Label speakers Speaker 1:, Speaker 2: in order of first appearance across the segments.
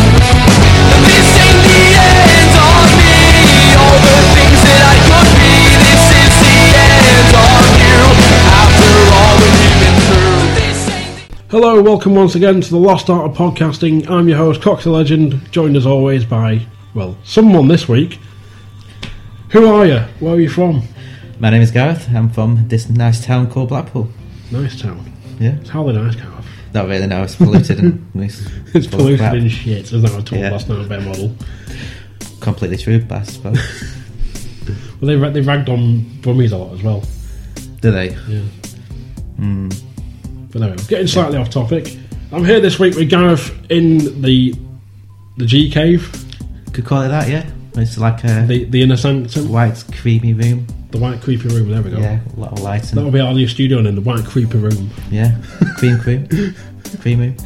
Speaker 1: This ain't the end of me. All the things that I could be. This is the end of you. After all we've been through. This ain't the
Speaker 2: Hello, and welcome once again to the Lost Art of Podcasting. I'm your host, Cox the Legend, joined as always by, well, someone this week. Who are you? Where are you from?
Speaker 3: My name is Gareth. I'm from this nice town called Blackpool.
Speaker 2: Nice town.
Speaker 3: Yeah,
Speaker 2: It's hardly nice, Carl.
Speaker 3: not really nice, polluted and it's,
Speaker 2: It's
Speaker 3: full of
Speaker 2: polluted
Speaker 3: crap.
Speaker 2: and shit, as I was told
Speaker 3: Yeah.
Speaker 2: last night by a model.
Speaker 3: completely true. but I suppose.
Speaker 2: Well, they, ra- they ragged on Brummies a lot as well.
Speaker 3: Do they?
Speaker 2: Yeah. But anyway, getting slightly off topic. I'm here this week with Gareth in the the G Cave,
Speaker 3: Could call it that. Yeah, it's like a
Speaker 2: the, the Inner Sanctum,
Speaker 3: white creamy room.
Speaker 2: the White Creepy Room. There we go.
Speaker 3: Yeah, a lot of light
Speaker 2: That'll
Speaker 3: and
Speaker 2: be our new studio in the White Creepy Room.
Speaker 3: yeah, cream cream, cream room.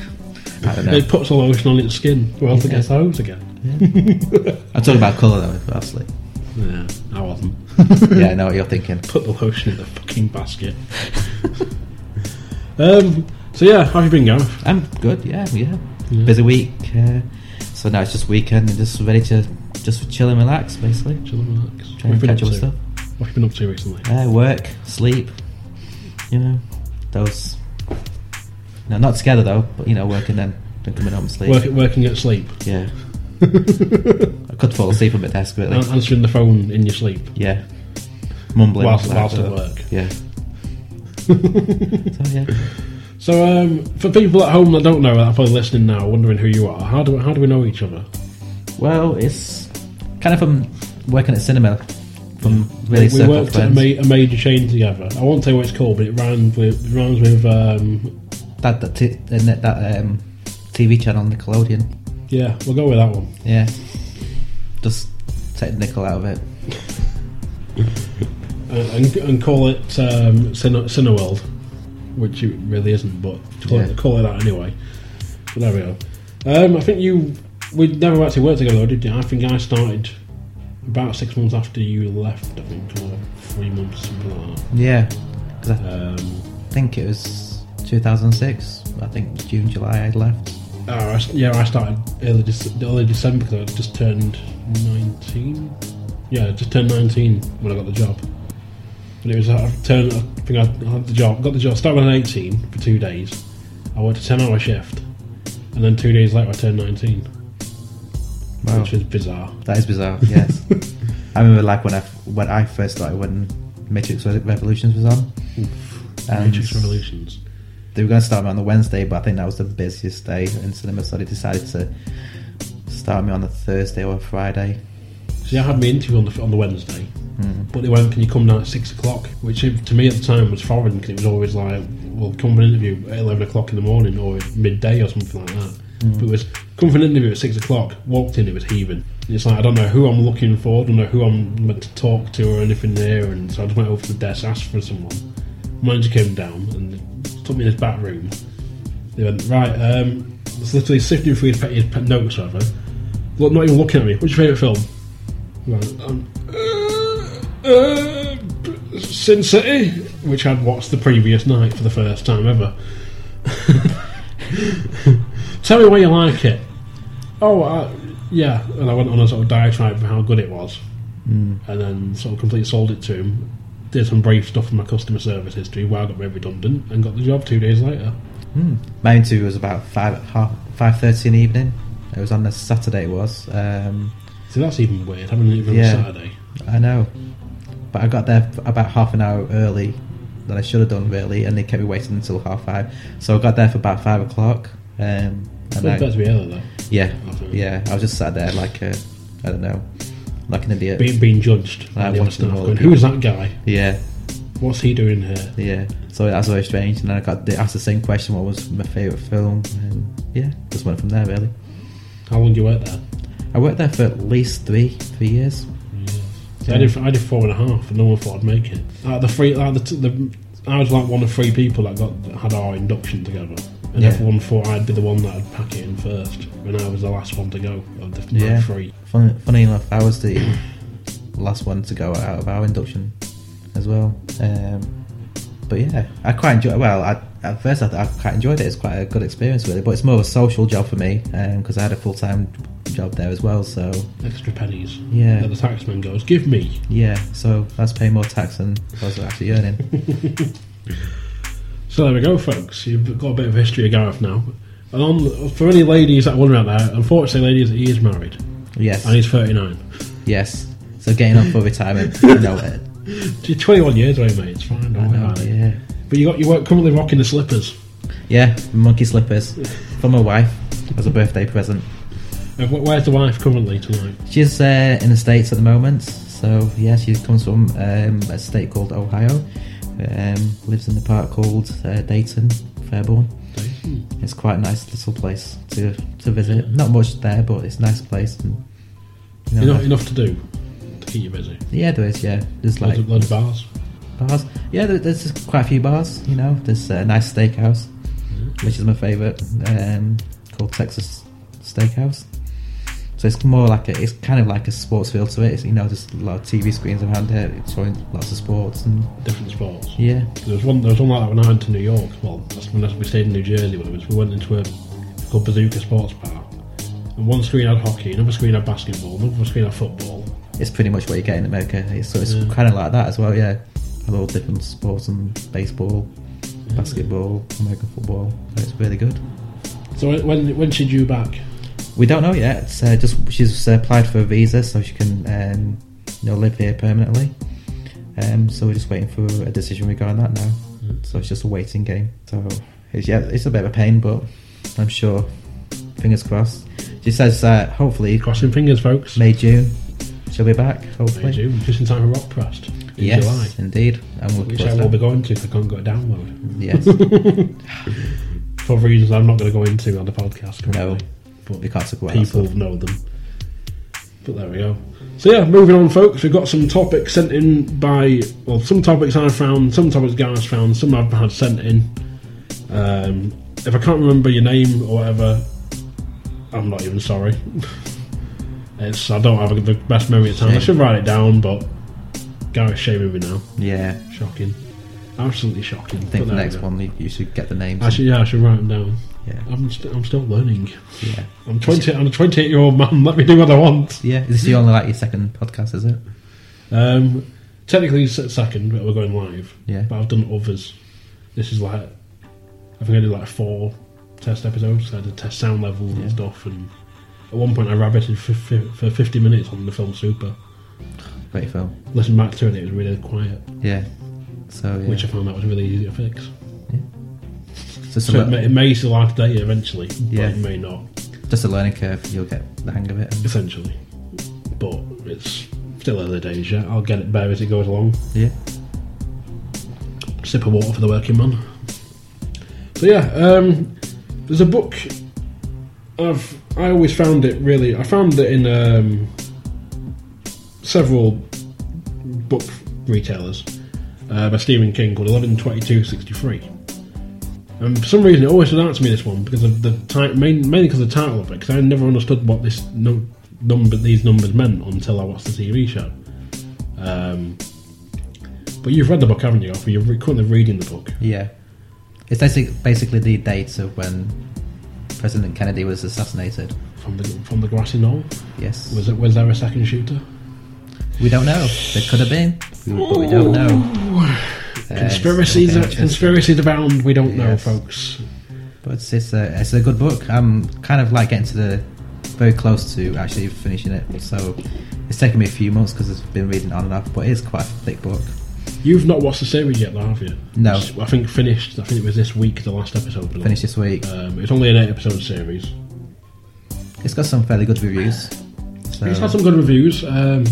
Speaker 3: I don't know.
Speaker 2: It puts a lotion on its skin. Well, it gets those again.
Speaker 3: I'm talking about colour though, obviously.
Speaker 2: Yeah, I wasn't.
Speaker 3: Yeah, I know what you're thinking.
Speaker 2: Put the lotion in the fucking basket. um. So yeah, how have you been, Gareth?
Speaker 3: I'm good. Yeah, yeah. Busy week. Uh, so now it's just weekend and just ready to just chill and relax, basically.
Speaker 2: Chill and relax.
Speaker 3: Try and catch up with
Speaker 2: to?
Speaker 3: stuff.
Speaker 2: What have you been up to recently?
Speaker 3: Uh, work, sleep, you know, those. No, not together though, but you know, working then, then coming home and sleep.
Speaker 2: Work, working at sleep,
Speaker 3: Yeah. I could fall asleep on my desk, really.
Speaker 2: An- answering the phone in your sleep.
Speaker 3: yeah. Mumbling.
Speaker 2: Whilst-
Speaker 3: like
Speaker 2: whilst at
Speaker 3: that.
Speaker 2: work.
Speaker 3: Yeah. so, yeah.
Speaker 2: So, um, for people at home that don't know, that are probably listening now, wondering who you are, how do how do we know each other?
Speaker 3: Well, it's kind of from working at cinema, from really
Speaker 2: we
Speaker 3: circle
Speaker 2: worked at a,
Speaker 3: friends.
Speaker 2: ma- a major chain together. I won't say what it's called, but it rhymes with it rhymes with um,
Speaker 3: That that, t- and that, that um, TV channel Nickelodeon.
Speaker 2: yeah. We'll go with that one.
Speaker 3: Yeah. Just take the nickel out of it.
Speaker 2: Uh, and, and call it um, Cine- Cineworld, which it really isn't, but call,
Speaker 3: Yeah.
Speaker 2: it, call it that anyway. But there we go. Um, I think you we never actually worked together, though, did you? I think I started about six months after you left. I think or three months, something like
Speaker 3: Yeah. 'Cause I-
Speaker 2: that. Um,
Speaker 3: think it was 2006. I think it was June, July. I left.
Speaker 2: oh, I s- yeah, I started early, Dec- early December because I just turned nineteen. Yeah, I just turned nineteen when I got the job. But it was I turned. I think I had the job. Got the job. Started when I was eighteen for two days. I worked a ten-hour shift, and then two days later I turned nineteen,
Speaker 3: Wow,
Speaker 2: which is bizarre.
Speaker 3: that is bizarre. Yes, I remember like when I f- when I first started when Matrix Re- Revolutions was on. And
Speaker 2: Matrix Revolutions.
Speaker 3: They were going to start me on the Wednesday, but I think that was the busiest day in cinema, so they decided to start me on a Thursday or a Friday.
Speaker 2: See, I had my interview on the on the Wednesday, but they went, "Can you come down at six o'clock?" Which if- to me at the time was foreign because it was always like, "Well, come for an interview at eleven o'clock in the morning or midday or something like that." But it was come for an interview at six o'clock. Walked in, it was heaving. And it's like I don't know who I'm looking for, don't know who I'm meant to talk to or anything there, and so I just went over to the desk, asked for someone. Manager came down and took me in his back room. They went right. Um, it's literally sifting through his, pe- his pe- notes, rather. Look, not even looking at me. What's your favourite film? Right, um, uh, uh, Sin City, which I'd watched the previous night for the first time ever. Tell me why you like it. Oh, I, yeah. And I went on a sort of diatribe of how good it was. And then sort of completely sold it to him. Did some brave stuff in my customer service history, where I got made redundant and got the job two days later.
Speaker 3: My interview was about five half five thirty in the evening. It was on a Saturday. It was. Um,
Speaker 2: See, that's even weird. Having an interview
Speaker 3: Yeah.
Speaker 2: on a Saturday.
Speaker 3: I know. But I got there f- about half an hour early that I should have done really, and they kept me waiting until half five. So I got there for about five o'clock. Um, and
Speaker 2: That's
Speaker 3: I,
Speaker 2: to be early though.
Speaker 3: yeah,
Speaker 2: Okay.
Speaker 3: yeah, I was just sat there like I I don't know, like an idiot.
Speaker 2: Being, being judged.
Speaker 3: I
Speaker 2: by the other
Speaker 3: watched them
Speaker 2: staff
Speaker 3: all.
Speaker 2: going, Who is that guy?
Speaker 3: yeah,
Speaker 2: What's he doing here?
Speaker 3: yeah. So that was very strange. And then I got they asked the same question: what was my favorite film? And yeah, just went from there really.
Speaker 2: How long do you work there?
Speaker 3: I worked there for at least three three years.
Speaker 2: I did. I did four and a half, and no one thought I'd make it. Like the three, like the, t- the, I was like one of three people that got that had our induction together, and
Speaker 3: Yeah.
Speaker 2: everyone thought I'd be the one that'd pack it in first, and I was the last one to go of the f-
Speaker 3: Yeah.
Speaker 2: three.
Speaker 3: Funny, funny enough, I was the last one to go out of our induction as well. Um, but yeah, I quite enjoy. Well, I, at first I, I quite enjoyed it. It's quite a good experience really. But it's more of a social job for me because I had a full time job there as well. So
Speaker 2: Extra pennies.
Speaker 3: Yeah.
Speaker 2: That the taxman goes, give me.
Speaker 3: yeah, so I was paying more tax than I was actually earning.
Speaker 2: So there we go, folks. You've got a bit of history of Gareth now. And on, for any ladies that are wondering out there, unfortunately, ladies, he is married
Speaker 3: yes,
Speaker 2: and he's thirty nine.
Speaker 3: yes. So getting up for retirement. no, uh,
Speaker 2: You're twenty one years away, mate. It's fine. Don't worry
Speaker 3: no,
Speaker 2: about it.
Speaker 3: yeah,
Speaker 2: But you got you weren't currently rocking the slippers.
Speaker 3: yeah. Monkey slippers for my wife as a birthday present.
Speaker 2: Uh, wh- Where's the wife currently tonight?
Speaker 3: She's uh, in the States at the moment, so yeah, she comes from um, a state called Ohio. Um, lives in the park called uh, Dayton, Fairborn. It's quite a nice little place to, to visit. Not much there, but it's a nice place. And, you know,
Speaker 2: Enough, enough to do to keep you busy.
Speaker 3: yeah, there is, yeah. There's like
Speaker 2: Loads of, loads of bars.
Speaker 3: bars. Yeah, there, there's just quite a few bars, you know. There's uh, a nice steakhouse, which is my favourite, um, called Texas Steakhouse. So it's more like a, it's kind of like a sports feel to it. It's, you know, just a lot of TV screens around it, it's showing lots of sports and
Speaker 2: different sports.
Speaker 3: yeah,
Speaker 2: There was one. There was one like that when I went to New York. Well, that's when we stayed in New Jersey. When it was, we went into a called Bazooka Sports Bar, and one screen had hockey, another screen had basketball, another screen had football.
Speaker 3: it's pretty much what you get in America. It's, so it's kind of like that as well. Yeah, with all different sports and baseball, basketball, American football. It's really good.
Speaker 2: So when- when when she due back?
Speaker 3: We don't know yet. It's, uh, just she's uh, applied for a visa, so she can um, you know live here permanently. Um, so we're just waiting for a decision regarding that now.
Speaker 2: Mm.
Speaker 3: So it's just a waiting game. So it's, yeah, it's a bit of a pain, but I'm sure. Fingers crossed. She says uh, hopefully
Speaker 2: Crossing fingers, folks.
Speaker 3: May June she'll be back.
Speaker 2: May,
Speaker 3: Hopefully,
Speaker 2: June, just in time for Rock Pressed in
Speaker 3: yes,
Speaker 2: July,
Speaker 3: indeed. I'm looking
Speaker 2: which I will
Speaker 3: forward
Speaker 2: be
Speaker 3: to
Speaker 2: going to. If I can't go download
Speaker 3: that. Yes,
Speaker 2: for reasons I'm not going to go into on the podcast. Currently. but
Speaker 3: we can't talk about that
Speaker 2: people
Speaker 3: stuff.
Speaker 2: know them. But there we go. So yeah, moving on, folks. We've got some topics sent in by well, some topics I've found, some topics Gareth's found, some I've had sent in. Um, if I can't remember your name or whatever, I'm not even sorry. it's I don't have the best memory of time. I
Speaker 3: Shame.
Speaker 2: should write it down, but Gareth's shaming me now.
Speaker 3: Yeah,
Speaker 2: Shocking, absolutely shocking.
Speaker 3: I think
Speaker 2: But
Speaker 3: the
Speaker 2: there we
Speaker 3: next
Speaker 2: go.
Speaker 3: one you, you should get the names.
Speaker 2: I should, yeah, I should write them down.
Speaker 3: Yeah.
Speaker 2: I'm st- I'm still learning.
Speaker 3: yeah,
Speaker 2: I'm twenty. I'm a twenty-eight year old man. Let me do what I want.
Speaker 3: yeah. Is this your only like your second podcast? Is it?
Speaker 2: Um, technically, it's second, but we're going live.
Speaker 3: Yeah.
Speaker 2: But I've done others. This is like, I think I did like four test episodes. I did test sound level
Speaker 3: Yeah.
Speaker 2: and stuff. And at one point, I rabbited for, fi- for fifty minutes on the film Super.
Speaker 3: Great film.
Speaker 2: Listen back to it; it was really quiet,
Speaker 3: Yeah. So yeah.
Speaker 2: which I found that was really easy to fix.
Speaker 3: just, a
Speaker 2: So it
Speaker 3: le-
Speaker 2: may, it may see light day eventually,
Speaker 3: Yeah.
Speaker 2: but it may not.
Speaker 3: just a learning curve. You'll get the hang of it.
Speaker 2: Essentially, but it's still early days yet. I'll get it better as it goes along.
Speaker 3: Yeah.
Speaker 2: sip of water for the working man. So yeah, um, there's a book. I've I always found it really. I found it in um, several book retailers uh, by Stephen King called Eleven Twenty Two Sixty Three. And for some reason, it always stood out to me this one because of the ti- main, mainly because of the title of it. Because I never understood what this no, number, these numbers meant until I watched the TV show. Um, but you've read the book, haven't you? Alfie? You're re- currently reading the book.
Speaker 3: Yeah. It's basically, basically the date of when President Kennedy was assassinated.
Speaker 2: From the from the grassy knoll?
Speaker 3: Yes.
Speaker 2: Was it was there a second shooter?
Speaker 3: we don't know. There could have been, we, but we don't know. Uh,
Speaker 2: conspiracies
Speaker 3: it's
Speaker 2: are,
Speaker 3: okay, interesting.
Speaker 2: conspiracies abound, we don't know
Speaker 3: Yes.
Speaker 2: folks.
Speaker 3: But it's, it's, a, it's a good book. I'm kind of like getting to the very close to actually finishing it. So it's taken me a few months because I've been reading on and off, but it is quite a thick book.
Speaker 2: You've not watched the series yet, though, have you?
Speaker 3: No.
Speaker 2: It's- I think finished. I think it was this week, the last episode. but-
Speaker 3: Finished this week.
Speaker 2: Um, it's only an eight-episode series.
Speaker 3: It's got some fairly good reviews. So,
Speaker 2: It's had some good reviews. Um,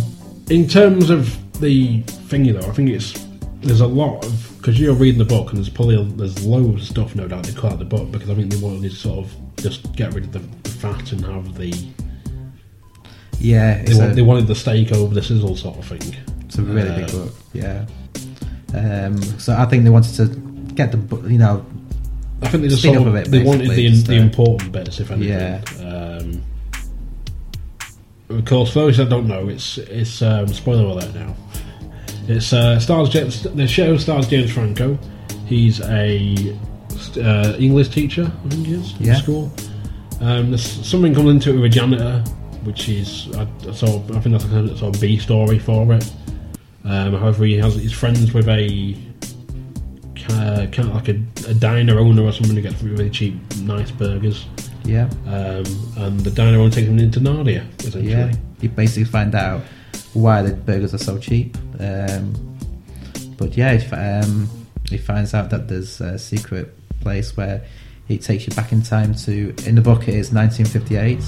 Speaker 2: in terms of the thingy, though, I think it's there's a lot of because you're reading the book and there's probably there's loads of stuff no doubt they cut out the book because I think they wanted to sort of just get rid of the, the fat and have the
Speaker 3: yeah,
Speaker 2: they,
Speaker 3: it's
Speaker 2: wa-
Speaker 3: a,
Speaker 2: they wanted the steak over the sizzle sort of thing.
Speaker 3: it's a really big
Speaker 2: uh,
Speaker 3: book. Yeah. Um, so I think they wanted to get the book, you know,
Speaker 2: I think they just
Speaker 3: Speed
Speaker 2: sort of,
Speaker 3: up a bit,
Speaker 2: they wanted
Speaker 3: basically,
Speaker 2: the,
Speaker 3: just,
Speaker 2: the
Speaker 3: uh,
Speaker 2: important bits, if anything.
Speaker 3: Yeah.
Speaker 2: Um, of course, for those that don't know, it's it's um, spoiler alert now. It's uh, stars James, the show stars James Franco. He's a uh, English teacher, I think he is,
Speaker 3: Yeah.
Speaker 2: in school. Um, there's something comes into it with a janitor, which is I, I sort of, I think that's a kind of sort of B story for it. Um, however, he has he's friends with a uh, kind of like a, a diner owner or someone who gets really cheap, nice burgers.
Speaker 3: yeah,
Speaker 2: Um, and the diner owner takes him into Narnia, essentially.
Speaker 3: yeah. You basically find out why the burgers are so cheap. Um, but yeah, if, um, he finds out that there's a secret place where he takes you back in time to. In the book, it is 1958.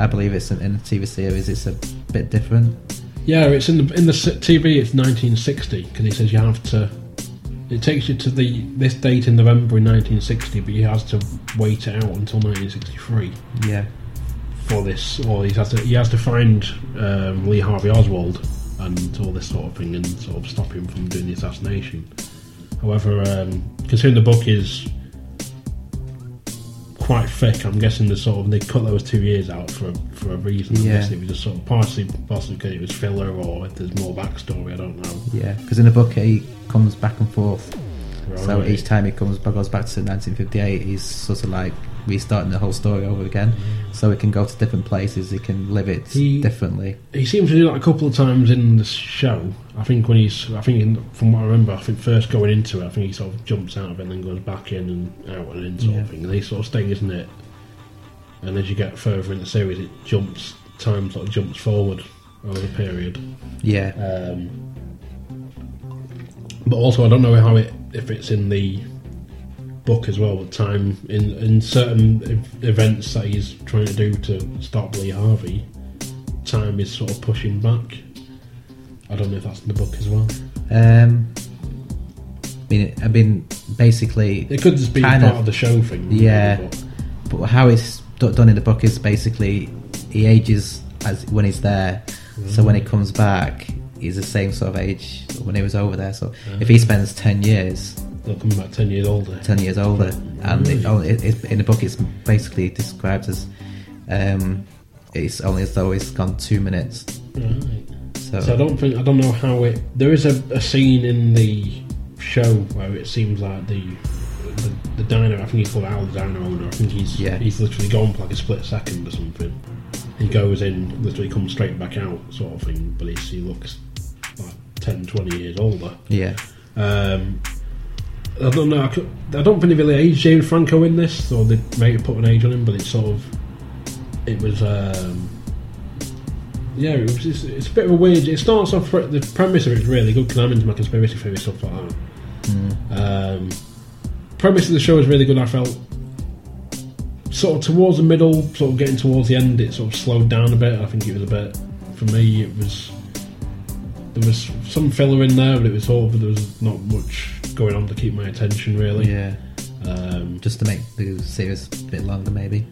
Speaker 3: I believe it's in, in the TV series. It's a bit different.
Speaker 2: Yeah, it's in the in the s- TV. It's 1960 because he says you have to. It takes you to the this date in November in 1960, but he has to wait it out until 1963
Speaker 3: Yeah,
Speaker 2: for this, or he has to he has to find um, Lee Harvey Oswald and all this sort of thing, and sort of stop him from doing the assassination. However, um, considering the book is quite thick, I'm guessing the sort of they cut those two years out for for a reason. I'm
Speaker 3: Yeah.
Speaker 2: guessing it was just sort of partially possibly because it was filler, or if there's more backstory, I don't know.
Speaker 3: yeah. Because in the book, he comes back and forth. So
Speaker 2: Right.
Speaker 3: each time he comes back, goes back to 1958, he's sort of like restarting the whole story over again. So he can go to different places, he can live it
Speaker 2: Mm. He-
Speaker 3: differently.
Speaker 2: He seems to do that a couple of times in the show. I think when he's, I think in, from what I remember, I think first going into it, I think he sort of jumps out of it and then goes back in and out and in sort
Speaker 3: Yeah.
Speaker 2: of thing. And he sort of stay, isn't it? And as you get further in the series, it jumps time sort of jumps forward over the period.
Speaker 3: Yeah,
Speaker 2: Um, but also, I don't know how it if it's in the book as well. But time in in certain ev- events that he's trying to do to stop Lee Harvey, time is sort of pushing back. I don't know if that's in the book as well.
Speaker 3: Um, I mean, I mean, basically,
Speaker 2: It could just be
Speaker 3: Kind
Speaker 2: part
Speaker 3: of.
Speaker 2: of. the show thing.
Speaker 3: Yeah.
Speaker 2: the book.
Speaker 3: but how it's do- done in the book is basically he ages as when he's there. So when he
Speaker 2: Mm.
Speaker 3: comes back, he's the same sort of age when he was over there. So
Speaker 2: Mm.
Speaker 3: if he spends ten years,
Speaker 2: They'll come back ten years older.
Speaker 3: ten years older, and it, oh, it, it, in the book it's basically described as um, it's only as though it's gone two minutes.
Speaker 2: Right.
Speaker 3: So,
Speaker 2: So I don't think I don't know how it. There is a, a scene in the show where it seems like the the, the diner. I think he's called Al the diner owner. I think he's
Speaker 3: Yeah.
Speaker 2: he's literally gone for like a split second or something. He goes in, literally comes straight back out, sort of thing. But he's, he looks like 10, 20 years older.
Speaker 3: yeah,
Speaker 2: Um, I don't know. I, could, I don't think they really aged James Franco in this, or they may have put an age on him, but it's sort of it was. Um, yeah, it was, it's, it's a bit of a weird. It starts off re- the premise of it's really good because I'm into my conspiracy theory stuff like that. Um, premise of the show is really good. I felt sort of towards the middle, sort of getting towards the end, it sort of slowed down a bit. I think it was a bit for me. It was there was some filler in there, but it was sort of there was not much going on to keep my attention really.
Speaker 3: yeah,
Speaker 2: Um,
Speaker 3: just to make the series a bit longer, maybe.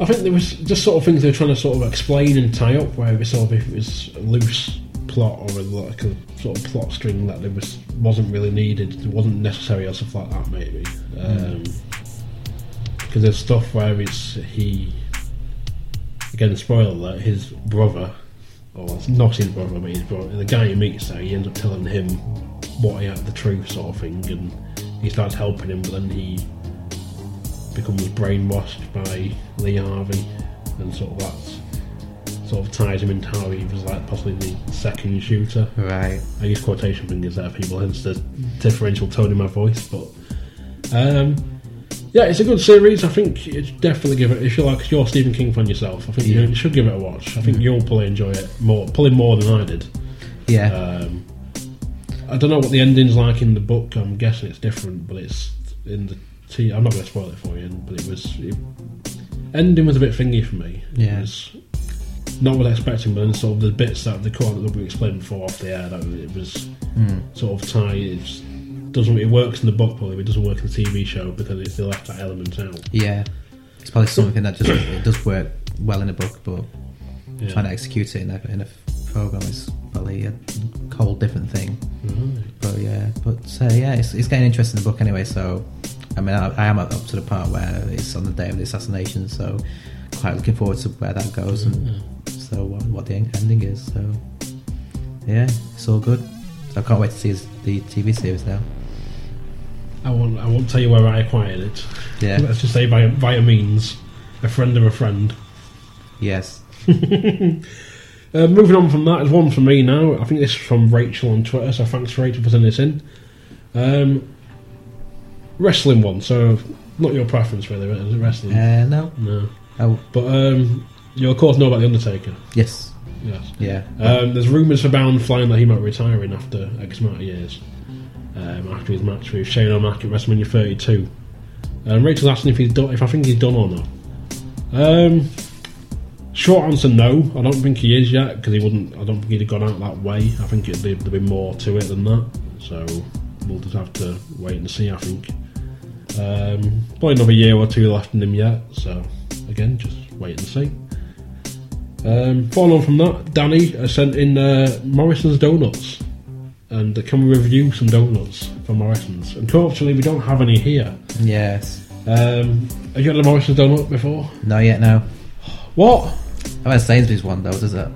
Speaker 2: I think there was just sort of things they were trying to sort of explain and tie up, where it was sort of if it was a loose plot or a, like a sort of plot string that there was wasn't really needed, it wasn't necessary or stuff like that maybe. Um, Because there's stuff where it's he again spoiler alert, his brother, or it's not his brother, but his brother, the guy he meets there, he ends up telling him what he had the truth sort of thing, and he starts helping him, but then he becomes brainwashed by Lee Harvey, and sort of that sort of ties him into how he was like possibly the second shooter.
Speaker 3: Right.
Speaker 2: I use quotation fingers there, people, hence the differential tone in my voice. But um, yeah, it's a good series. I think you should definitely give it. If you like, if you're a Stephen King fan yourself, I think
Speaker 3: Yeah.
Speaker 2: you should give it a
Speaker 3: Uh,
Speaker 2: watch. I think you'll probably enjoy it more, probably more than I did.
Speaker 3: Yeah.
Speaker 2: Um, I don't know what the ending's like in the book. I'm guessing it's different, but it's in the. T- I'm not going to spoil it for you, but it was. It, ending was a bit thingy for me. It
Speaker 3: Yeah.
Speaker 2: was not what I was expecting, but then sort of the bits that the court that we explained before off the air, that it was
Speaker 3: Hmm.
Speaker 2: sort of tie. It's, doesn't it works in the book, but it doesn't work in the TV show because it, they left that element out.
Speaker 3: Yeah, it's probably something that just it does work well in a book, but
Speaker 2: Yeah.
Speaker 3: trying to execute it in a, in a program is probably a whole different thing. But yeah, but uh, yeah, it's, it's getting interesting in the book anyway. So I mean, I, I am up to the part where it's on the day of the assassination, so quite looking forward to where that goes and so what, what the en- ending is. So yeah, it's all good. So I can't wait to see his- the TV series now.
Speaker 2: I won't. I won't tell you where I acquired it.
Speaker 3: Yeah.
Speaker 2: Let's just say by via means, a friend of a friend.
Speaker 3: Yes.
Speaker 2: Uh, moving on from that, there's one for me now. I think this is from Rachel on Twitter, so thanks Rachel for sending this in. Um, wrestling one, so not your preference really, is it wrestling?
Speaker 3: Uh, no.
Speaker 2: no.
Speaker 3: Oh
Speaker 2: But um, you of course know about The Undertaker,
Speaker 3: yes.
Speaker 2: yes.
Speaker 3: Yeah.
Speaker 2: Um, there's rumours abound flying that he might be retiring after X amount of years, um, after his match with Shane O'Mac at WrestleMania 32. Um, Rachel's asking if he's done, if I think he's done or not. Um, short answer, no. I don't think he is yet because he wouldn't. I don't think he'd have gone out that way. I think it'd be, there'd be more to it than that. So we'll just have to wait and see. I think. Um, probably another year or two left in him yet. So again, just wait and see. Um, following on from that, Danny has sent in uh, Morrison's Donuts. And can we review some donuts for Morrison's? Unfortunately, we don't have any here.
Speaker 3: Yes.
Speaker 2: Um, have you had a Morrison's donut before?
Speaker 3: Not yet. No.
Speaker 2: What?
Speaker 3: I've had Sainsbury's one though, does it?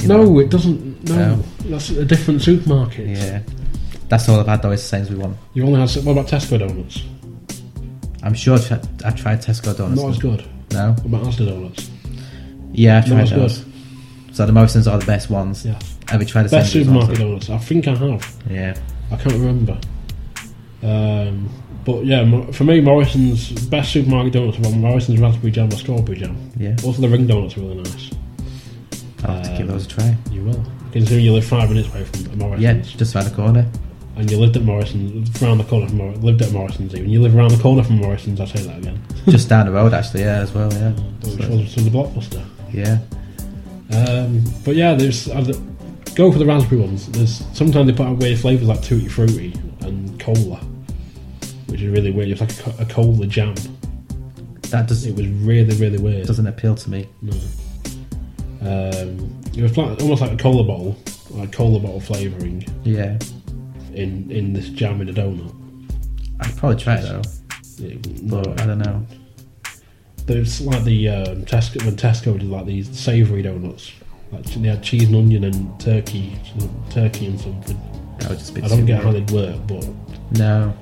Speaker 3: You
Speaker 2: No,
Speaker 3: know?
Speaker 2: it doesn't. No,
Speaker 3: No.
Speaker 2: that's a different supermarket.
Speaker 3: Yeah. That's all I've had though is Sainsbury's one.
Speaker 2: You've only had. What about Tesco donuts?
Speaker 3: I'm sure I've, tried- I've tried Tesco donuts.
Speaker 2: Not as good.
Speaker 3: No.
Speaker 2: What about Asda donuts?
Speaker 3: Yeah, I've
Speaker 2: Not
Speaker 3: tried
Speaker 2: as
Speaker 3: those.
Speaker 2: good.
Speaker 3: So the Morrison's are the best ones.
Speaker 2: Yeah.
Speaker 3: Have you tried the
Speaker 2: Best
Speaker 3: Sainsbury's
Speaker 2: supermarket
Speaker 3: ones?
Speaker 2: donuts. I think I have.
Speaker 3: Yeah.
Speaker 2: I can't remember. Um, but yeah, Mo- for me, Morrison's best supermarket donuts were Morrison's raspberry jam or strawberry jam.
Speaker 3: Yeah.
Speaker 2: Also, the ring donuts are really nice.
Speaker 3: I'll have to give
Speaker 2: Um,
Speaker 3: those a try.
Speaker 2: You will. Considering you live five minutes away from a Morrison's.
Speaker 3: Yeah, just around the corner.
Speaker 2: And you lived at Morrison's, around the corner from Mor- lived at Morrison's even. You live around the corner from Morrison's, I'll say that again.
Speaker 3: just down the road actually, yeah, as well, yeah.
Speaker 2: Which
Speaker 3: So,
Speaker 2: was to the blockbuster.
Speaker 3: yeah.
Speaker 2: Um, but yeah, there's uh, the- go for the raspberry ones. There's sometimes they put out weird flavours like tutti frutti and cola, which is really weird. It's like a, co- a cola jam.
Speaker 3: That does
Speaker 2: It was really really weird.
Speaker 3: doesn't appeal to me.
Speaker 2: Um, it was like, almost like a cola bottle, like cola bottle flavouring
Speaker 3: Yeah.
Speaker 2: in in this jam in a donut.
Speaker 3: I'd probably try it though.
Speaker 2: It-
Speaker 3: But I don't know.
Speaker 2: But it's like the um, Tesco when Tesco did like these savoury donuts. Like they had cheese and onion and turkey, turkey and something.
Speaker 3: That would just be
Speaker 2: I don't
Speaker 3: too
Speaker 2: get how
Speaker 3: weird.
Speaker 2: they'd work, but
Speaker 3: No,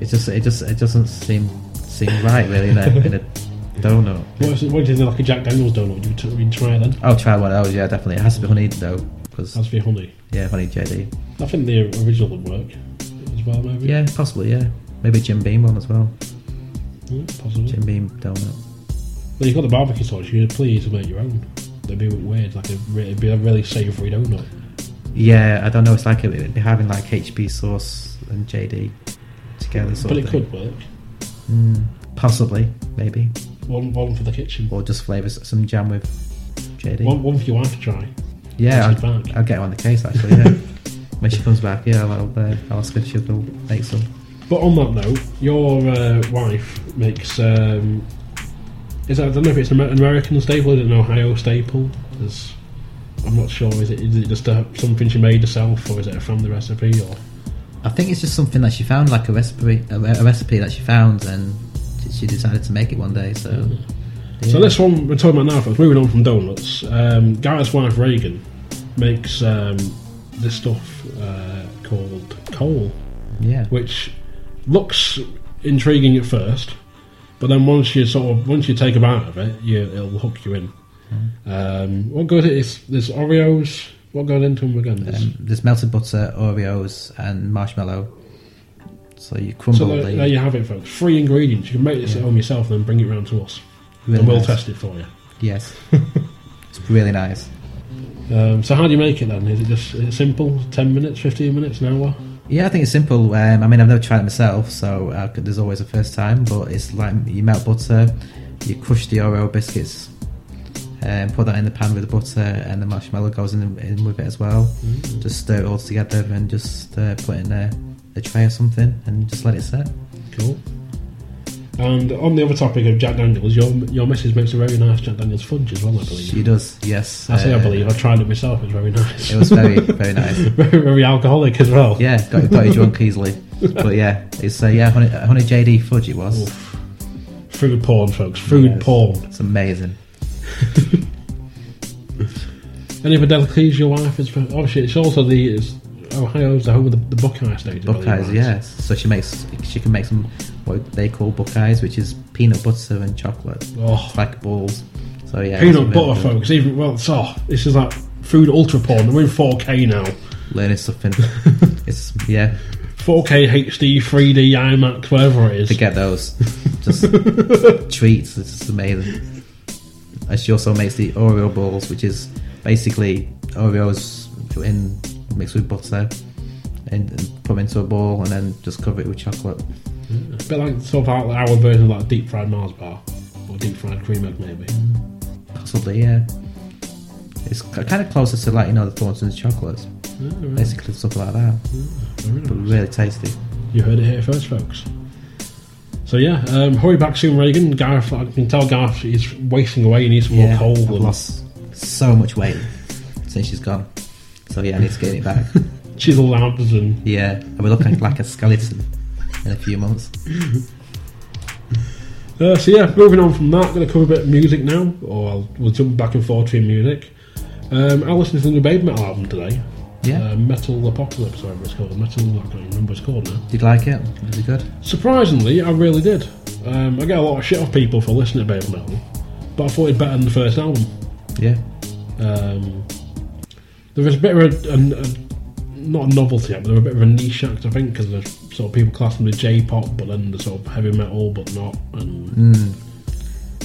Speaker 3: it just it just it doesn't seem seem right really in a, in a donut.
Speaker 2: What, is it, what is it like a Jack Daniels donut? Would you t- would you try it then?
Speaker 3: I'll try one of those. Yeah, definitely. It has to be honeyed though, because
Speaker 2: That's for your honey.
Speaker 3: yeah, honey JD.
Speaker 2: I think the original would work as well, maybe.
Speaker 3: Yeah, possibly. Yeah, maybe Jim Beam one as well.
Speaker 2: Yeah, Hmm, possibly.
Speaker 3: Jim Beam donut.
Speaker 2: But you've got the barbecue sauce. You could please make your own. That'd be weird. Like a, re- it'd be a really savoury donut.
Speaker 3: Yeah, I don't know. It's like a, it'd be having like HP sauce and JD together. Sort
Speaker 2: But
Speaker 3: of
Speaker 2: it
Speaker 3: thing.
Speaker 2: could work.
Speaker 3: possibly, maybe,
Speaker 2: One, one for the kitchen.
Speaker 3: or just flavors some jam with JD.
Speaker 2: One, one for your wife to try.
Speaker 3: yeah,
Speaker 2: Once she's
Speaker 3: I'll,
Speaker 2: back.
Speaker 3: I'll get her on the case actually. Yeah. When she comes back, yeah, I'll, uh, I'll ask if she'll make some.
Speaker 2: But on that note, your uh, wife makes. Um, is that, I don't know if it's an Amer- American staple. Is it an Ohio staple? There's, I'm not sure. Is it is it just a, something she made herself, or is it a family recipe, or?
Speaker 3: I think it's just something that she found, like a recipe, a, re- a recipe that she found, and she- she decided to make it one day. So,
Speaker 2: Mm-hmm. So this one we're talking about now, folks. Moving on from donuts, um, Gareth's wife Reagan makes um, this stuff uh, called coal,
Speaker 3: yeah,
Speaker 2: which looks intriguing at first, but then once you sort of once you take a bite of it, you, it'll hook you in. Um, what goes in? It's, there's Oreos. What goes into them again? There's-
Speaker 3: um, there's melted butter, Oreos, and marshmallow. So you
Speaker 2: so uh,
Speaker 3: crumble
Speaker 2: there,
Speaker 3: the
Speaker 2: there you have it, folks. Three ingredients. You can make this at home yourself, and then bring it round to us,
Speaker 3: Really
Speaker 2: and we'll
Speaker 3: nice.
Speaker 2: test it for you.
Speaker 3: yes, it's really nice.
Speaker 2: Um, so how do you make it then? Is it just is it simple? Ten minutes, fifteen minutes, an hour?
Speaker 3: Yeah, I think it's simple. Um, I mean, I've never tried it myself, so uh, there's always a first time. But it's like you melt butter, you crush the Oreo biscuits, and put that in the pan with the butter, and the marshmallow goes in, in with it as well.
Speaker 2: Mm.
Speaker 3: Just stir it all together and just uh, put it in a, a tray or something, and just let it set.
Speaker 2: Cool. And on the other topic of Jack Daniels, your your missus makes a very nice Jack Daniels fudge as well, I
Speaker 3: She
Speaker 2: believe.
Speaker 3: does, yes.
Speaker 2: I say I
Speaker 3: Uh,
Speaker 2: believe. I tried it myself. It's very nice.
Speaker 3: It was very, very nice.
Speaker 2: very, very alcoholic as well.
Speaker 3: Yeah, got, got you drunk easily. But yeah, it's uh, yeah, 100, 100 JD fudge it was.
Speaker 2: Food porn, folks. Food
Speaker 3: Yes.
Speaker 2: porn.
Speaker 3: It's amazing.
Speaker 2: Any other delicacies your wife is? Obviously, it's also the it's, Ohio's the home of the, the Buckeye State. I believe,
Speaker 3: Buckeyes,
Speaker 2: right?
Speaker 3: yes. So she makes, she can make some what they call buckeyes, which is peanut butter and chocolate,
Speaker 2: Oh.
Speaker 3: It's like balls. So yeah, it's
Speaker 2: Peanut
Speaker 3: really
Speaker 2: butter,
Speaker 3: good.
Speaker 2: folks. Even well, it's oh, this is like food ultra porn. We're in 4K now.
Speaker 3: Learning something. it's yeah,
Speaker 2: 4K HD, 3D, IMAX, whatever it is.
Speaker 3: forget those. Just treats. It's just amazing. And she also makes the Oreo balls, which is basically Oreos in mixed with butter, and, and put them into a ball, and then just cover it with chocolate.
Speaker 2: A bit like sort of like our version of like deep fried Mars bar or deep fried cream egg, maybe.
Speaker 3: Possibly, yeah. It's kind of closer to like you know the Thornton's chocolates, basically stuff like that,
Speaker 2: Very
Speaker 3: but
Speaker 2: nice.
Speaker 3: really tasty.
Speaker 2: You heard it here first, folks. So yeah, um, hurry back soon, Reagan. Gareth, I can tell Gareth is wasting away. He needs some more coal.
Speaker 3: I've
Speaker 2: and-
Speaker 3: lost so much weight since she's gone. So yeah, I need to get it back.
Speaker 2: chiseled abs and
Speaker 3: yeah, I'll be looking like a skeleton in a few months.
Speaker 2: uh, so yeah moving on from that going to cover a bit of music now or I'll, we'll jump back and forth between music um, I listened to the new Babe Metal album today
Speaker 3: Yeah,
Speaker 2: uh, Metal Apocalypse whatever it's called Metal I can't even remember what it's called now
Speaker 3: did you like it? Was it good?
Speaker 2: surprisingly I really did um, I get a lot of shit off people for listening to Babe Metal but I thought it better than the first album
Speaker 3: Yeah,
Speaker 2: um, there was a bit of a, a, a not a novelty act, but there was a bit of a niche act, I think, because there's sort of people classing the J-pop, but then the sort of heavy metal, but not. And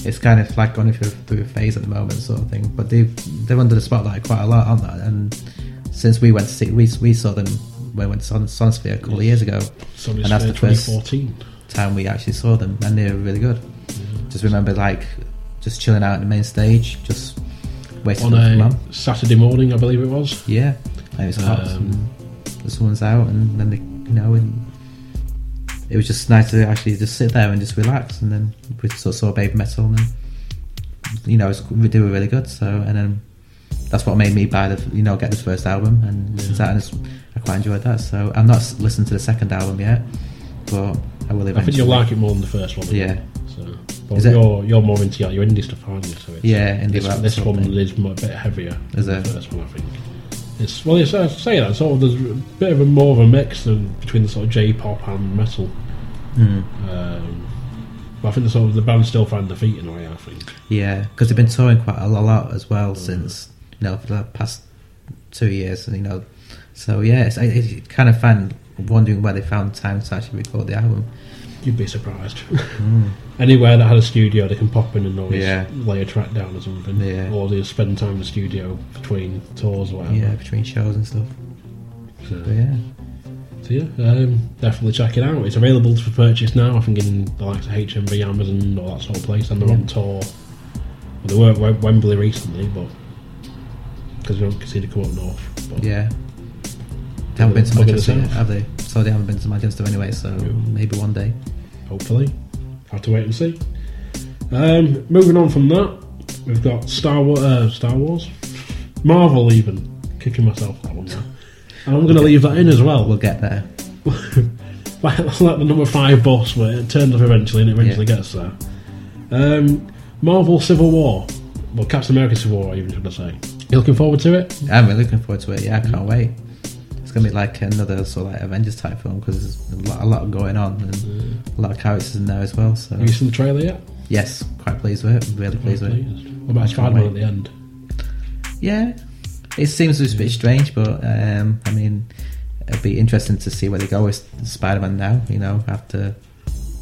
Speaker 3: it's kind of like going through, through a phase at the moment, sort of thing. But they've they're under the spotlight quite a lot on that. And since we went to see, we, we saw them when we went to Son- Sonosphere a couple of years ago,
Speaker 2: so
Speaker 3: and
Speaker 2: it's
Speaker 3: that's
Speaker 2: uh,
Speaker 3: the first
Speaker 2: 2014.
Speaker 3: time we actually saw them, and they were really good. Just remember, like, just chilling out at the main stage, just waiting
Speaker 2: On
Speaker 3: for them to come
Speaker 2: a
Speaker 3: on.
Speaker 2: Saturday morning, I believe it was.
Speaker 3: Yeah, and it's hot.
Speaker 2: Um,
Speaker 3: and someone's out, and then they, you know, and it was just nice to actually just sit there and just relax. And then we sort of saw Baby Metal, and then, you know, it was, they were really good. So, and then that's what made me buy the, you know, get this first album and listen to that, and it's, I quite enjoyed that. So I'm not s- listened to the second album yet, but I will eventually.
Speaker 2: I think you'll like it more than the first one. I think.
Speaker 3: Yeah.
Speaker 2: So, but
Speaker 3: Is it-
Speaker 2: you're, you're more into like, your indie stuff, aren't you? So it's,
Speaker 3: Yeah, indie
Speaker 2: this,
Speaker 3: rap
Speaker 2: this
Speaker 3: sort of
Speaker 2: one
Speaker 3: thing.
Speaker 2: is mo- a bit heavier.
Speaker 3: Is
Speaker 2: than
Speaker 3: it?
Speaker 2: The first one, I think. It's, well, it's, I say that sort of there's a bit of a more of a mix than, between the sort of J-pop and metal. Um, but I think the sort of the band still find their feet in a way. I think.
Speaker 3: Yeah, because they've been touring quite a lo- lot as well since you know for the past two years, and you know, so yeah, it's, I, it's kind of fun wondering where they found time to actually record the album.
Speaker 2: You'd be surprised. Anywhere that had a studio, they can pop in and always
Speaker 3: Yeah.
Speaker 2: lay a track down or something,
Speaker 3: Yeah.
Speaker 2: or they spend time in the studio between tours or whatever.
Speaker 3: Yeah, between shows and stuff.
Speaker 2: So-
Speaker 3: But yeah,
Speaker 2: So yeah, um, definitely check it out. It's available for purchase now. I think in the likes of HMV, Amazon, all that sort of place, and they're on tour. Well, they were at Wem- Wembley recently, but because we don't consider come up north. But
Speaker 3: yeah. They haven't been to
Speaker 2: Look at
Speaker 3: Manchester,
Speaker 2: the
Speaker 3: yet,
Speaker 2: South.
Speaker 3: have they? So they haven't been to Manchester anyway. So maybe one day.
Speaker 2: Hopefully, have to wait and see. Um, moving on from that, we've got Star Wars, uh, Star Wars, Marvel, even kicking myself for that one now. And I'm going to leave that in as well.
Speaker 3: We'll get there.
Speaker 2: like like the number five boss where it turns up eventually and it eventually
Speaker 3: Yeah.
Speaker 2: gets there. Um, Marvel Civil War. Well, Captain America Civil War, even should I say. You looking forward to it?
Speaker 3: I'm really looking forward to it. Yeah, I can't wait. It's gonna be like another sort of like Avengers type film because there's a lot, a lot going on and a lot of characters in there as well. So
Speaker 2: Have you seen the trailer yet?
Speaker 3: Yes, quite pleased with it. Really pleased with it.
Speaker 2: What about Spider Man at the end?
Speaker 3: Yeah, it seems a bit strange, but um, I mean, it'd be interesting to see where they go with Spider-Man now. You know, after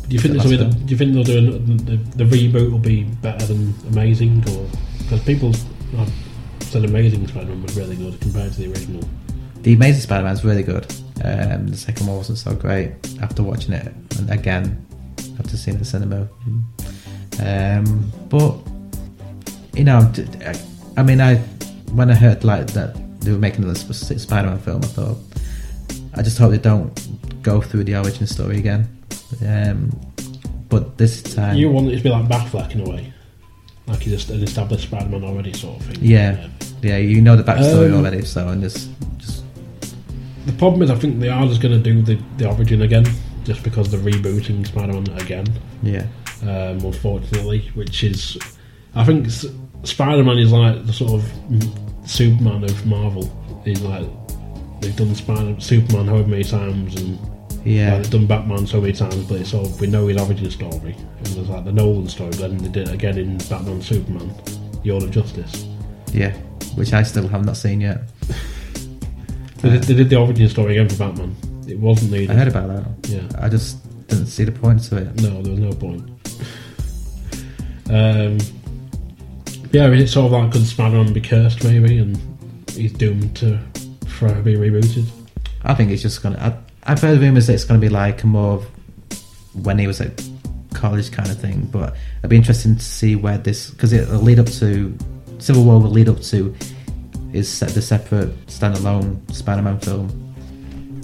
Speaker 2: Do you think this
Speaker 3: The
Speaker 2: will be
Speaker 3: last
Speaker 2: the,
Speaker 3: one.
Speaker 2: do you think they'll do an, the, the reboot will be better than Amazing or because people have said Amazing Spider Man was really good compared to the original.
Speaker 3: the Amazing Spider-Man's really good. Um, the second one wasn't so great after watching it and again after seeing it in the cinema. Um, but you know, d- d- I, I mean, I when I heard like that they were making another Sp- Spider-Man film, I thought I just hope they don't go through the origin story again. Um, but this time,
Speaker 2: You want it to be like Batfleck in a way, like he's just an established Spider-Man already, sort of thing.
Speaker 3: yeah, yeah, you know the backstory
Speaker 2: Um,
Speaker 3: already, so and just just
Speaker 2: The problem is, I think they are just going to do the, the origin again, just because they're rebooting Spider-Man again,
Speaker 3: yeah,
Speaker 2: um, unfortunately. Which is, I think s- Spider-Man is like the sort of mm, Superman of Marvel. He's like they've done Spider- Superman however many times, and
Speaker 3: yeah.
Speaker 2: like, they've done Batman so many times, but it's sort of we know his origin story. And there's like the Nolan story, but then they did it again in Batman Superman, The Order of Justice.
Speaker 3: Yeah, which I still have not seen yet.
Speaker 2: They did, they did the origin story again for Batman. It wasn't needed.
Speaker 3: I heard about that.
Speaker 2: Yeah.
Speaker 3: I just didn't see the point to it.
Speaker 2: No, there was no point. um, yeah, I mean, it's sort of like could Spider-Man be cursed, maybe, and he's doomed to forever be rebooted.
Speaker 3: I think it's just gonna. I, I've heard rumors that it's gonna be like more of when he was at college kind of thing. But it'd be interesting to see where this because it'll lead up to Civil War will lead up to is set the separate standalone Spider-Man film.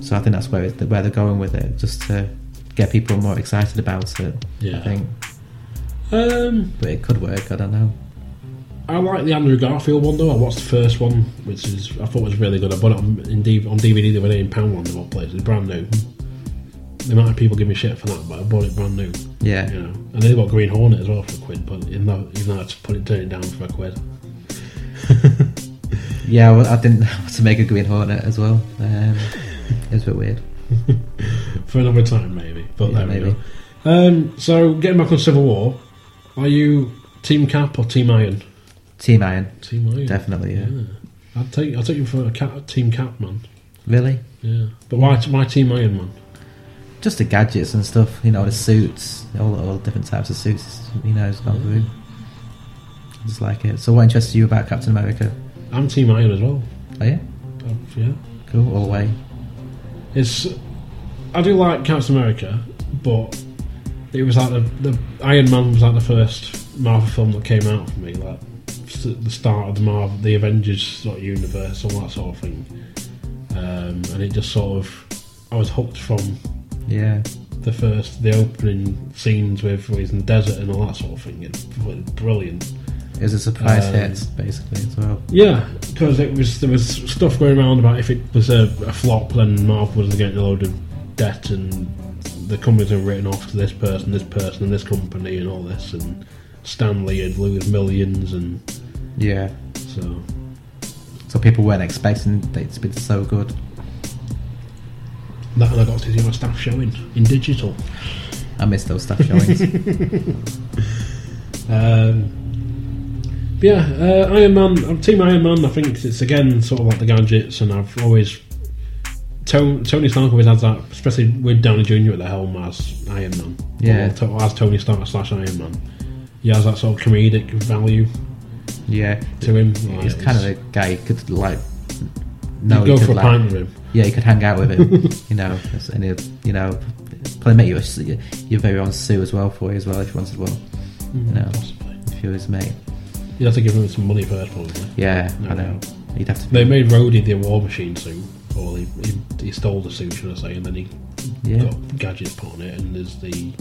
Speaker 3: So I think that's where it, where they're going with it, just to get people more excited about it. I
Speaker 2: Yeah.
Speaker 3: think,
Speaker 2: Um,
Speaker 3: but it could work. I don't know.
Speaker 2: I like the Andrew Garfield one though. I watched the first one, which is I thought was really good. I bought it on, in D- on DVD the other day in Poundland of all places, brand new. The amount of people give me shit for that, but I bought it brand new.
Speaker 3: Yeah.
Speaker 2: You know, and they got Green Hornet as well for a quid, but even though even though I put it turn it down for a quid.
Speaker 3: Yeah, well, I didn't know how to make a Green Hornet as well. Um, it was a bit weird.
Speaker 2: for another time, maybe. But
Speaker 3: Yeah,
Speaker 2: there we
Speaker 3: maybe.
Speaker 2: go. Um, so, getting back on Civil War, are you Team Cap or Team Iron?
Speaker 3: Team Iron,
Speaker 2: Team Iron.
Speaker 3: definitely. Yeah.
Speaker 2: I'd take I'll take you for a cat, Team Cap man.
Speaker 3: Really?
Speaker 2: Yeah, but why why Team Iron man?
Speaker 3: Just the gadgets and stuff. You know, the suits, all all different types of suits. You know, it's gone through. I just like it. So, what interests you about Captain America?
Speaker 2: I'm Team Iron as well.
Speaker 3: Oh yeah,
Speaker 2: Uh, yeah,
Speaker 3: cool. All the way.
Speaker 2: it's I do like Captain America, but it was like the, the Iron Man was like the first Marvel film that came out for me, like s- the start of the Marvel, the Avengers sort of universe, all that sort of thing. Um, and it just sort of, I was hooked from
Speaker 3: Yeah,
Speaker 2: the first, the opening scenes with where he's in the desert and all that sort of thing. It's br- brilliant.
Speaker 3: it was a surprise
Speaker 2: Um,
Speaker 3: hit basically as well.
Speaker 2: Yeah, because it was there was stuff going around about if it was a, a flop, then Marvel was getting a load of debt, and the companies were written off to this person, this person, and this company, and all this, and Stanley had lose millions, and
Speaker 3: Yeah.
Speaker 2: so
Speaker 3: So people weren't expecting it to be so good.
Speaker 2: that and I got to see my staff showing in digital.
Speaker 3: I miss those stuff showings.
Speaker 2: Um, but yeah, uh, Iron Man. I'm Team Iron Man. I think it's again sort of like the gadgets, and I've always Tony, Tony Stark always has that, especially with Downey Jr. at the helm as Iron Man.
Speaker 3: Yeah.
Speaker 2: Or to- as Tony Stark slash Iron Man. He has that sort of comedic value
Speaker 3: yeah,
Speaker 2: to him.
Speaker 3: he's
Speaker 2: Like,
Speaker 3: kind of a guy you could like.
Speaker 2: you
Speaker 3: No,
Speaker 2: go
Speaker 3: you could,
Speaker 2: for a
Speaker 3: like,
Speaker 2: pint with him.
Speaker 3: yeah, you could hang out with him, you know, and he'll, you know, probably make you a s- your very own Sue as well for you as well if you wanted one.
Speaker 2: Mm.
Speaker 3: You know,
Speaker 2: Possibly.
Speaker 3: if you were his mate.
Speaker 2: You have to give him some money first, probably.
Speaker 3: Yeah,
Speaker 2: No,
Speaker 3: I know. You'd have to.
Speaker 2: They made Rhodey the War Machine suit, or he, he, he stole the suit, should I say, and then he
Speaker 3: Yeah.
Speaker 2: got gadgets put on it, and there's the.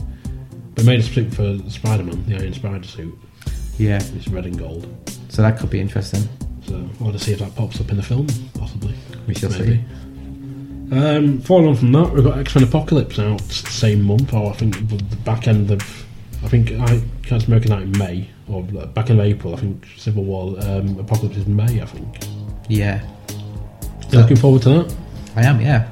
Speaker 2: They made a suit for Spider Man, the Iron Spider suit.
Speaker 3: Yeah,
Speaker 2: It's red and gold.
Speaker 3: so that could be interesting.
Speaker 2: So I want to see if that pops up in the film, possibly.
Speaker 3: We shall
Speaker 2: see. Um, following on from that, we've got X Men Apocalypse out the same month, or I think the the back end of. I think I can't make it out in May, or uh, back end of April, I think Civil War um, Apocalypse is May, I think.
Speaker 3: Yeah,
Speaker 2: You looking forward to that?
Speaker 3: I am. Yeah.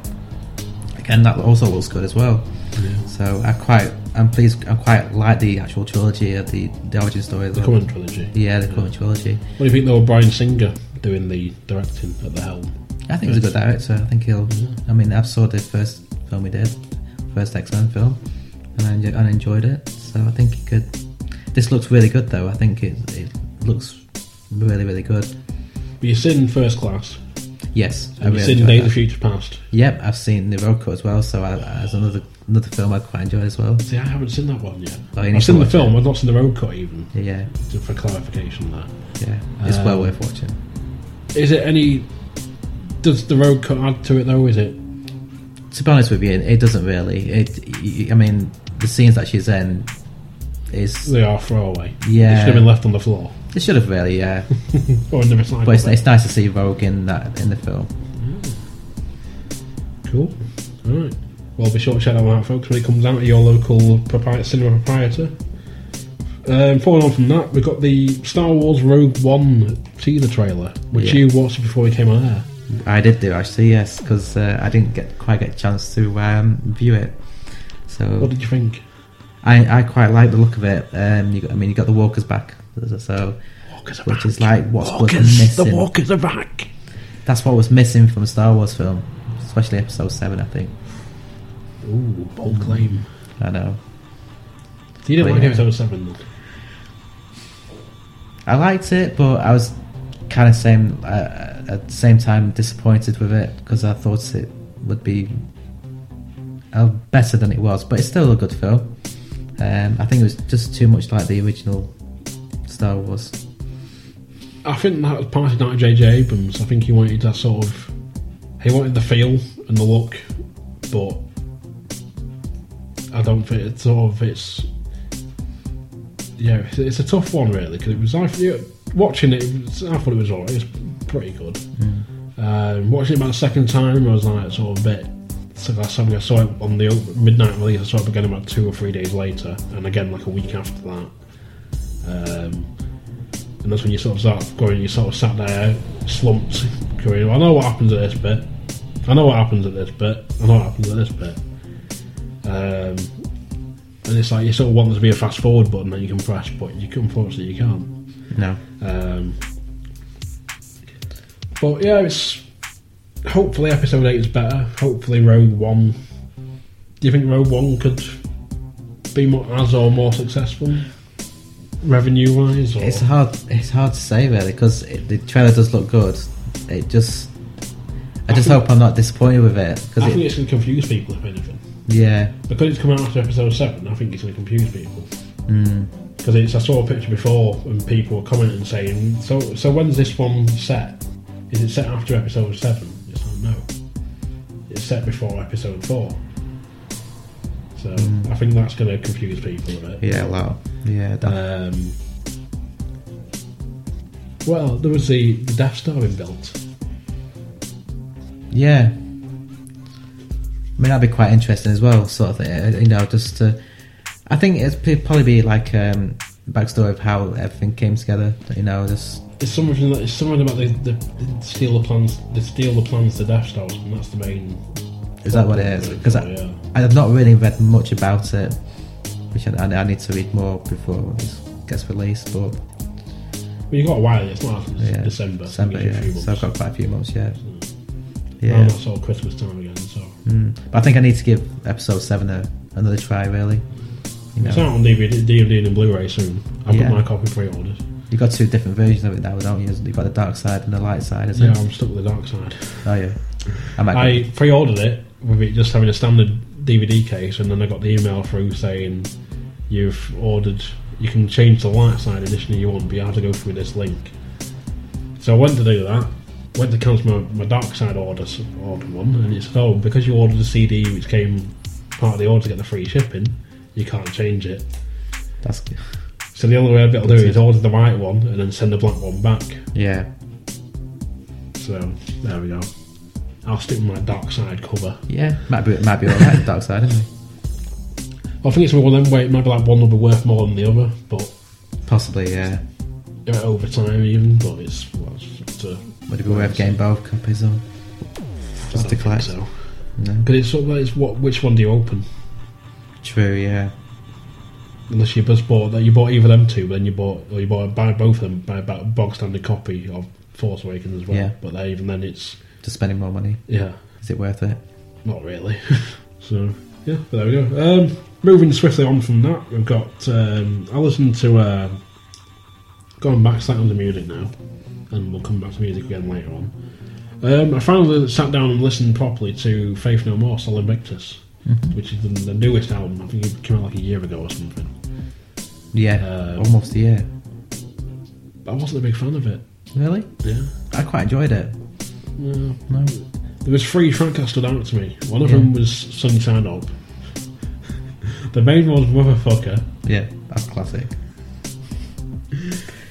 Speaker 3: Again, that also looks good as well.
Speaker 2: Yeah.
Speaker 3: So I quite, I'm pleased. I quite like the actual trilogy of the, the origin story. as
Speaker 2: The
Speaker 3: well.
Speaker 2: current trilogy.
Speaker 3: Yeah, the current trilogy.
Speaker 2: What do you think though of Brian Singer doing the directing at the helm?
Speaker 3: I think he's a good director. I think he'll. I mean, I saw the first film we did, first X Men film, and I, enjo- and I enjoyed it. So I think he could. This looks really good, though. I think it it looks really really good.
Speaker 2: But you're in first class.
Speaker 3: Yes,
Speaker 2: And you've
Speaker 3: really
Speaker 2: seen
Speaker 3: enjoyed
Speaker 2: Day of
Speaker 3: that.
Speaker 2: the Future Past.
Speaker 3: Yep, I've seen The Road Cut as well, so I, as another another film I quite enjoy as well.
Speaker 2: See, I haven't seen that one yet.
Speaker 3: Oh, you need
Speaker 2: I've
Speaker 3: to
Speaker 2: seen the
Speaker 3: watch it.
Speaker 2: film, I've not seen the road cut even,
Speaker 3: Yeah,
Speaker 2: to- for clarification on
Speaker 3: yeah, it's
Speaker 2: Um,
Speaker 3: well worth watching.
Speaker 2: that. Is it any. Does the road cut add to it though, is it?
Speaker 3: To be honest with you, it, it doesn't really. It, y- y- I mean, the scenes that she's in is
Speaker 2: They are throwaway. They
Speaker 3: Yeah.
Speaker 2: should have been left on the floor.
Speaker 3: it should have really, yeah.
Speaker 2: Or in the recycle.
Speaker 3: but it's,
Speaker 2: bin.
Speaker 3: it's nice to see Rogue in that in the film.
Speaker 2: Cool. Alright. Well, be sure to check that one out, folks, when it comes out at your local propri- cinema proprietor. Um, following on from that, we've got the Star Wars Rogue One teaser trailer, which
Speaker 3: Yeah.
Speaker 2: you watched before we came on air.
Speaker 3: I did do actually, yes, because uh, I didn't get quite get a chance to um, view it. So
Speaker 2: What did you think?
Speaker 3: I, I quite like the look of it. Um, you got, I mean, you got the walkers back, so
Speaker 2: Walkers are
Speaker 3: which
Speaker 2: back.
Speaker 3: is like what's was
Speaker 2: walkers! The
Speaker 3: missing.
Speaker 2: walkers are back!
Speaker 3: That's what was missing from a Star Wars film, especially Episode Seven. I think
Speaker 2: Ooh, bold claim.
Speaker 3: I know.
Speaker 2: So you didn't
Speaker 3: But
Speaker 2: like
Speaker 3: yeah.
Speaker 2: episode 7 then?
Speaker 3: I liked it, but I was kind of same uh, at the same time disappointed with it because I thought it would be uh, better than it was. But it's still a good film. Um, I think it was just too much like the original Star Wars.
Speaker 2: I think that was part of that J.J. Abrams. I think he wanted that sort of. He wanted the feel and the look, but I don't think it's sort of it's. Yeah, it's, it's a tough one really because it was. I yeah, watching it, it was- I thought it was alright. It's pretty good. Um, watching it about the second time, I was like sort of a bit. So last time I saw it on the o- midnight release, I saw it again about two or three days later, and again like a week after that. Um, and that's when you sort of start going, you sort of sat there slumped, going, I know what happens at this bit. I know what happens at this bit. I know what happens at this bit. Um, and it's like you sort of want there to be a fast forward button that you can press, but you can, unfortunately you can't.
Speaker 3: No,
Speaker 2: Um, but yeah, it's hopefully episode eight is better. Hopefully Rogue One. Do you think Rogue One could be more, as or more successful, revenue wise?
Speaker 3: it's hard. It's hard to say really because the trailer does look good. It just. I just
Speaker 2: think-
Speaker 3: hope I'm not disappointed with it
Speaker 2: I
Speaker 3: because
Speaker 2: think
Speaker 3: it,
Speaker 2: it's going to confuse people, if anything.
Speaker 3: yeah,
Speaker 2: Because it's come out after episode 7, I think it's going to confuse people. Because it's I saw a picture before and people were commenting saying, so, so when's this one set? Is it set after episode 7? It's like, no. It's set before episode 4. So I think that's going to confuse people a bit.
Speaker 3: yeah, a lot. Yeah, that,
Speaker 2: Um, well, there was the, the Death Star being built.
Speaker 3: Yeah. I mean, that'd be quite interesting as well, sort of thing. uh, You know, just to. I think it'd p- probably be like um, backstory of how everything came together. You know, just
Speaker 2: It's something that it's something about the, the, the steal the plans, the steal the plans to Death Star, and that's the main.
Speaker 3: is that what it is? Because I,
Speaker 2: Yeah.
Speaker 3: I've not really read much about it, which I, I, I need to read more before it gets released. But
Speaker 2: Well, you got a while. It's not after
Speaker 3: yeah,
Speaker 2: December.
Speaker 3: December,
Speaker 2: It gives you a
Speaker 3: yeah.
Speaker 2: few
Speaker 3: So
Speaker 2: months. Mm.
Speaker 3: I've got quite a few months. Yeah,
Speaker 2: Around
Speaker 3: yeah.
Speaker 2: that sort of Christmas time again. So
Speaker 3: But I think I need to give episode seven a, another try. Really, you
Speaker 2: it's
Speaker 3: know,
Speaker 2: out on DVD, DVD and Blu-ray soon. I've
Speaker 3: Yeah.
Speaker 2: got my copy pre-ordered.
Speaker 3: you've got two different versions of it now, don't you? You've got the dark side and the light side, isn't
Speaker 2: Yeah,
Speaker 3: it?
Speaker 2: I'm stuck with the dark side.
Speaker 3: Oh yeah, I might.
Speaker 2: I pre-ordered it with it just having a standard DVD case, and then I got the email through saying you've ordered. You can change the light side edition if you want, but you have to go through this link. So I went to do that. Went to cancel my, my dark side order, s- order one, and it said, "Oh, because you ordered a CD which came part of the order to get the free shipping, you can't change it."
Speaker 3: That's
Speaker 2: So the only way I'll do is order the white one and then send the black one back.
Speaker 3: yeah,
Speaker 2: So there we go. I'll stick with my dark side cover.
Speaker 3: yeah. Might be might be alright. the dark side, isn't it?
Speaker 2: I think it's one of them where it might be like one will be worth more than the other, but
Speaker 3: Possibly, yeah.
Speaker 2: uh, over time even. But it's well, it's up to
Speaker 3: Would it be worth getting both copies on? Just to collect.
Speaker 2: so.
Speaker 3: No.
Speaker 2: But it's sort of like it's what which one do you open?
Speaker 3: True, yeah.
Speaker 2: Unless you just bought that you bought either them two, but then you bought or you bought buy both of them by a ba- bog standard copy of Force Awakens as well.
Speaker 3: Yeah.
Speaker 2: But there, even then, it's
Speaker 3: Just spending more money.
Speaker 2: yeah,
Speaker 3: Is it worth it?
Speaker 2: Not really. so yeah, but there we go. Um, moving swiftly on from that, we've got um, I listened to uh, going back slightly on the music now, and we'll come back to music again later on. Um, I finally sat down and listened properly to Faith No More, Sol Invictus, which is the, the newest album. I think it came out like a year ago or something.
Speaker 3: Yeah,
Speaker 2: Um,
Speaker 3: almost a year.
Speaker 2: But I wasn't a big fan of it.
Speaker 3: Really?
Speaker 2: Yeah.
Speaker 3: I quite enjoyed it.
Speaker 2: No.
Speaker 3: No.
Speaker 2: There was three tracks that stood out to me. One of
Speaker 3: Yeah.
Speaker 2: them was Sunshine Up. the main one was Motherfucker,
Speaker 3: Yeah, that's classic.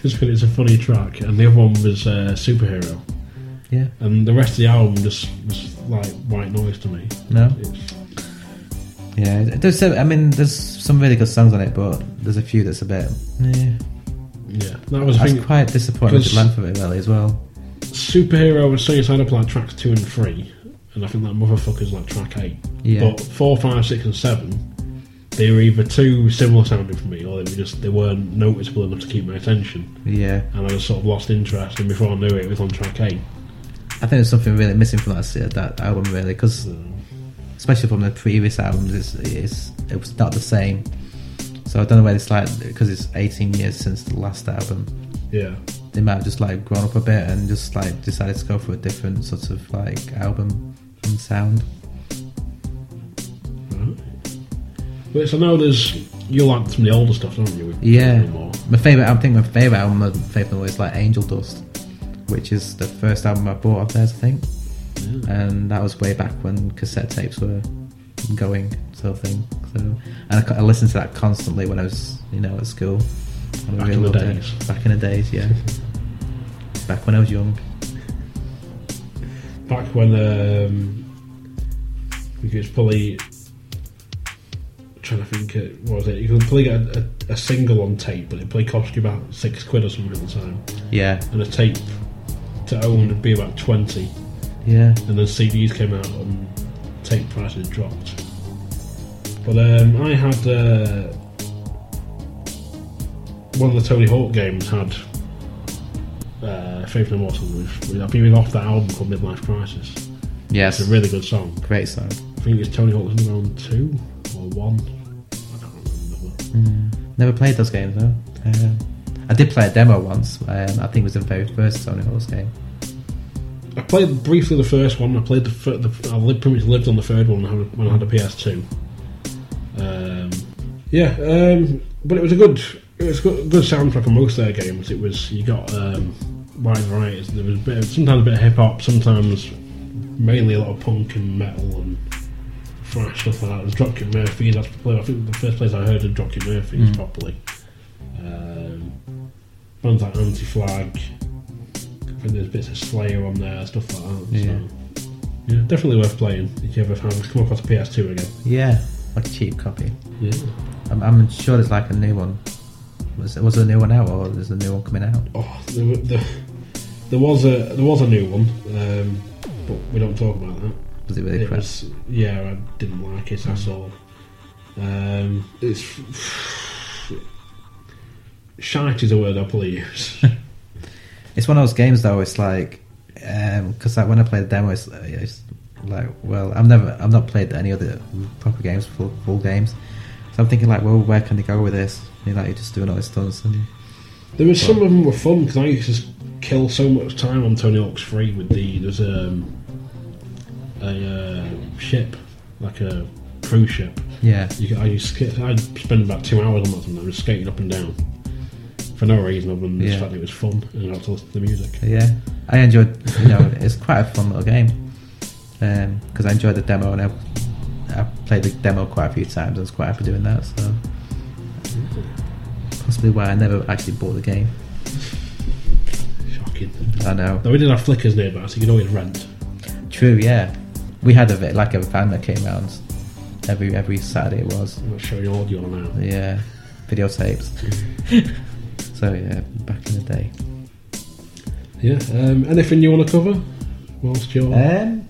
Speaker 2: just because it's a funny track, and the other one was uh, Superhero.
Speaker 3: Yeah.
Speaker 2: And the rest of the album just was like white noise to me.
Speaker 3: No.
Speaker 2: It's,
Speaker 3: Yeah. There's. some- I mean, there's some really good songs on it, but there's a few that's a bit. Yeah.
Speaker 2: yeah, that was I
Speaker 3: That's
Speaker 2: think
Speaker 3: quite disappointing with
Speaker 2: because-
Speaker 3: the length of it, really, as well.
Speaker 2: Superhero and Suicide Up are like tracks two and three, and I think that Motherfucker's like track eight.
Speaker 3: Yeah.
Speaker 2: But four, five, six, and seven, they were either too similar sounding for me, or they were just they weren't noticeable enough to keep my attention.
Speaker 3: Yeah.
Speaker 2: and I just sort of lost interest. And before I knew it, it was on track eight.
Speaker 3: I think there's something really missing from that that album, really, because especially from the previous albums, it's, it's it was not the same. So I don't know whether it's like because it's 18 years since the last album,
Speaker 2: Yeah,
Speaker 3: they might have just like grown up a bit and just like decided to go for a different sort of like album and sound.
Speaker 2: but so now there's you like some of the older stuff, don't you? with
Speaker 3: Yeah,
Speaker 2: Faith No More?
Speaker 3: my favorite. I think my favorite album of Faith No More is like Angel Dust, which is the first album I bought of theirs, I think,
Speaker 2: Mm.
Speaker 3: and that was way back when cassette tapes were going, sort of thing. So, and I, co- I listened to that constantly when I was, you know, at school. And I
Speaker 2: Back in the
Speaker 3: loved it.
Speaker 2: days.
Speaker 3: Back in the days, yeah. back when I was young.
Speaker 2: Back when um, I think it was probably I'm trying to think, uh, what was it? You could probably get a, a, a single on tape, but it probably cost you about six quid or something at the time,
Speaker 3: Yeah,
Speaker 2: and a tape to own would be about twenty.
Speaker 3: yeah.
Speaker 2: and then CDs came out and tape prices dropped. But um, I had uh, one of the Tony Hawk games had uh, Faith No More song with, with- I think it was off that album called Midlife Crisis.
Speaker 3: Yes,
Speaker 2: It's a really good song.
Speaker 3: great song.
Speaker 2: I think it's Tony Hawk's Underground two or one. I can't remember.
Speaker 3: Never played those games though. Um, I did play a demo once. Um, I think it was the very first Tony Hawk's game.
Speaker 2: I played briefly the first one. I played the, fir- the I lived, pretty much lived on the third one when I had- when I had a PS2. Um, yeah, um, but it was a good it was a good, good soundtrack on most of their games. It was you got um, wide varieties. There was a bit of, sometimes a bit of hip hop, sometimes mainly a lot of punk and metal and thrash stuff like that. There's Dropkick Murphys. That's probably, I think the first place I heard of Dropkick Murphys properly. Um, bands like Anti Flag. I think there's bits of Slayer on there, stuff like that.
Speaker 3: Yeah.
Speaker 2: So. Yeah, definitely worth playing if you ever have come across a PS2 again.
Speaker 3: Yeah, like a cheap copy.
Speaker 2: Yeah.
Speaker 3: I'm, I'm sure there's like a new one. Was was there a new one out, or is a new one coming out?
Speaker 2: Oh, there, wa- there, there was a there was a new one, um, but we don't talk about that.
Speaker 3: Was it really
Speaker 2: it
Speaker 3: crap?
Speaker 2: was yeah, I didn't like it. That's all. Um, it's shite is a word I probably use.
Speaker 3: It's one of those games though. It's like because like when I play the demo, it's, uh, it's like well, I've never, I've not played any other proper games, full, full games. So I'm thinking like, well, where can they go with this? You know, like you're just doing all this stunts and
Speaker 2: There was some of them were fun because I used to kill so much time on Tony Hawk's Free with the there's um, a uh, ship like a cruise ship.
Speaker 3: yeah,
Speaker 2: You, could- I used to, sk- I'd spend about two hours on that sometimes just skating up and down for no reason other than the
Speaker 3: Yeah.
Speaker 2: fact that it was fun and I had to listen to the music.
Speaker 3: yeah. I enjoyed. You know, it's quite a fun little game because I enjoyed the demo and I, I played the demo quite a few times. I was quite happy doing that. So possibly why I never actually bought the game.
Speaker 2: Shocking.
Speaker 3: I know.
Speaker 2: Now we did have flickers nearby, so you could always rent.
Speaker 3: True, yeah. We had a bit like a van that came round every every Saturday it was.
Speaker 2: I'm not showing audio now.
Speaker 3: Yeah, videotapes. so yeah, back in the day.
Speaker 2: Yeah. Um, anything you want to cover whilst you're
Speaker 3: Um,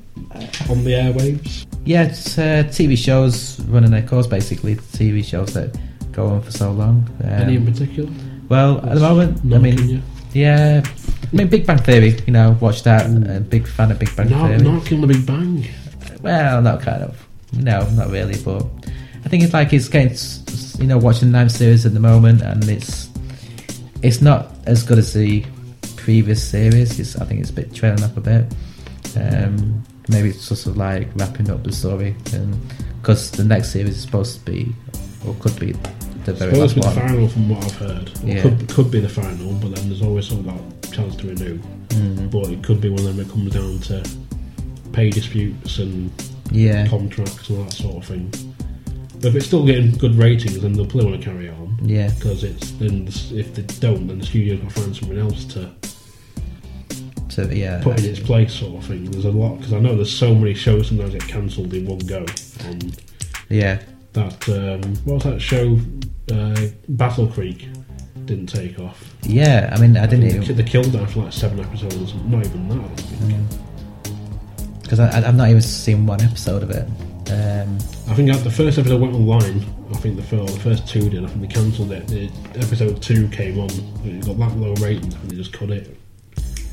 Speaker 2: on the airwaves?
Speaker 3: yeah, it's, uh, TV shows running their course basically. TV shows that go on for so long. Um,
Speaker 2: Any in particular?
Speaker 3: well, at the moment, I
Speaker 2: None, can you?
Speaker 3: mean, yeah, I mean, Big Bang Theory. You know, watch that. A big fan of Big Bang
Speaker 2: Mm. No,
Speaker 3: Theory.
Speaker 2: not in the Big Bang.
Speaker 3: Well, not kind of. No, not really. But I think it's like it's getting, s- s- you know, watching the ninth series at the moment, and it's it's not as good as the previous series. It's, I think it's a bit trailing up a bit. Um, maybe it's sort of like wrapping up the story, because the next series is supposed to be, or could be, the very
Speaker 2: Supposed
Speaker 3: last
Speaker 2: to be the final,
Speaker 3: one.
Speaker 2: from what I've heard. Or
Speaker 3: Yeah.
Speaker 2: Could could be the final, but then there's always sort of that chance to renew.
Speaker 3: Mm.
Speaker 2: But it could be one of them that comes down to pay disputes and
Speaker 3: Yeah,
Speaker 2: contracts and all that sort of thing. But if it's still getting good ratings, then they'll probably want to carry on.
Speaker 3: yeah,
Speaker 2: Because it's then the s- if they don't, then the studio's got to find someone else to
Speaker 3: so, yeah.
Speaker 2: put in its place, sort of thing. There's a lot because I know there's so many shows sometimes get cancelled in one go. On
Speaker 3: yeah.
Speaker 2: that um, what was that show? Uh, Battle Creek didn't take off.
Speaker 3: Yeah, I mean, I didn't
Speaker 2: They,
Speaker 3: even
Speaker 2: they killed that for like seven episodes. Not even that. I don't think.
Speaker 3: because I've not even seen one episode of it. Um,
Speaker 2: I think at the first episode went online. I think the first, the first two did. I think they cancelled it. The episode two came on. and It got that low ratings. I think they just cut it.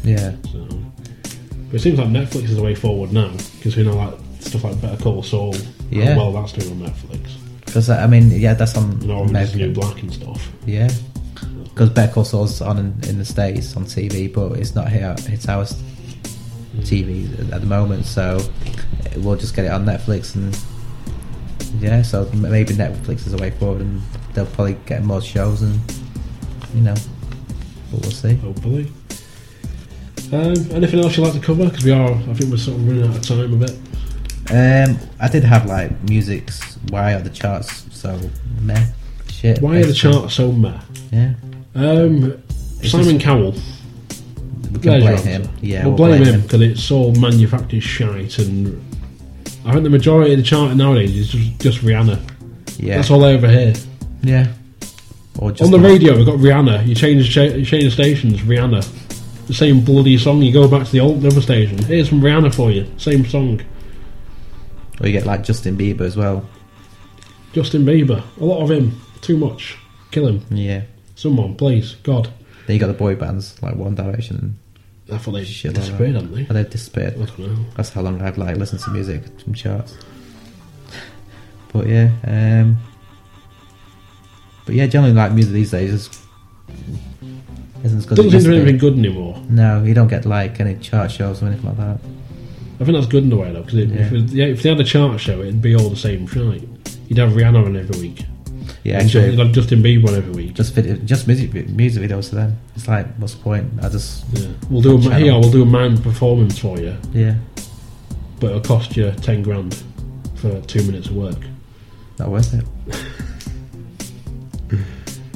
Speaker 3: yeah,
Speaker 2: So, but it seems like Netflix is the way forward now because we know like stuff like Better Call Saul.
Speaker 3: Yeah.
Speaker 2: How well, that's doing on Netflix.
Speaker 3: because I mean, yeah, that's on
Speaker 2: And Orange is the New
Speaker 3: American.
Speaker 2: Black and stuff.
Speaker 3: Yeah, because Better Call Saul's on in, in the states on TV, but it's not here. It's our
Speaker 2: Hmm.
Speaker 3: TV at the moment, so we'll just get it on Netflix and yeah. So m- maybe Netflix is a way forward, and they'll probably get more shows, and you know, but we'll see.
Speaker 2: Hopefully. Um, anything else you'd like to cover? Because we are, I think we're sort of running out of time a bit.
Speaker 3: Um, I did have like music's why are the charts so meh shit.
Speaker 2: Why are the
Speaker 3: basically.
Speaker 2: charts so meh?
Speaker 3: Yeah,
Speaker 2: Um,
Speaker 3: Is
Speaker 2: Simon
Speaker 3: this-
Speaker 2: Cowell.
Speaker 3: we can
Speaker 2: There's your
Speaker 3: blame
Speaker 2: answer.
Speaker 3: him. Yeah,
Speaker 2: we'll, blame, him because it's all manufactured shite, and I think the majority of the chart nowadays is just, just Rihanna.
Speaker 3: Yeah,
Speaker 2: That's all they ever hear.
Speaker 3: Yeah, or just
Speaker 2: On the
Speaker 3: like-
Speaker 2: radio, we've got Rihanna. You change, cha- you change stations, Rihanna. The same bloody song. You go back to the old the other station. Here's some Rihanna for you. Same song.
Speaker 3: Or you get like Justin Bieber as well.
Speaker 2: Justin Bieber. A lot of him. Too much. Kill him.
Speaker 3: Yeah.
Speaker 2: Someone, please. God.
Speaker 3: Then you got the boy bands like One Direction.
Speaker 2: I thought they
Speaker 3: Shit
Speaker 2: should
Speaker 3: like
Speaker 2: disappeared,
Speaker 3: that.
Speaker 2: haven't they?
Speaker 3: And
Speaker 2: I
Speaker 3: they've disappeared.
Speaker 2: don't know.
Speaker 3: That's how long I've like listened to music from charts. but yeah, um, but yeah, generally like music these days is isn't as good.
Speaker 2: Doesn't
Speaker 3: as it
Speaker 2: seem to be
Speaker 3: used to
Speaker 2: anything
Speaker 3: be.
Speaker 2: good anymore.
Speaker 3: No, you don't get like any chart shows or anything like that.
Speaker 2: I think that's good in a way though, because
Speaker 3: Yeah.
Speaker 2: if, it- yeah, if they had a chart show, it'd be all the same shite. You'd have Rihanna on every week.
Speaker 3: Yeah,
Speaker 2: And
Speaker 3: actually,
Speaker 2: you'd have Justin Bieber on every week.
Speaker 3: just video, just music music videos to them. It's like, what's the point? I just
Speaker 2: Yeah. We'll do a,
Speaker 3: Channel.
Speaker 2: here. We'll do a mime performance for you,
Speaker 3: yeah,
Speaker 2: but it'll cost you ten grand for two minutes of work.
Speaker 3: not worth it.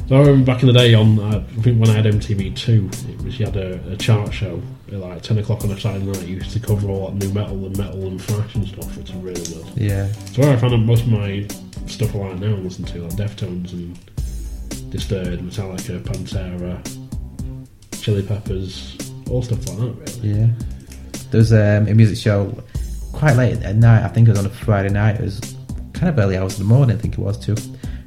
Speaker 2: So I remember back in the day on, uh, I think when I had MTV Two, it was you had a, a chart show at like ten o'clock on a Saturday night. You used to cover all that new metal and metal and thrash and stuff. It's really good.
Speaker 3: Yeah,
Speaker 2: So where I found out most of my stuff I like now and listen to, like Deftones and Disturbed, Metallica, Pantera, Chili Peppers, all stuff like that, really.
Speaker 3: yeah. There was um, a music show quite late at night. I think it was on a Friday night. It was kind of early hours in the morning. I think it was two,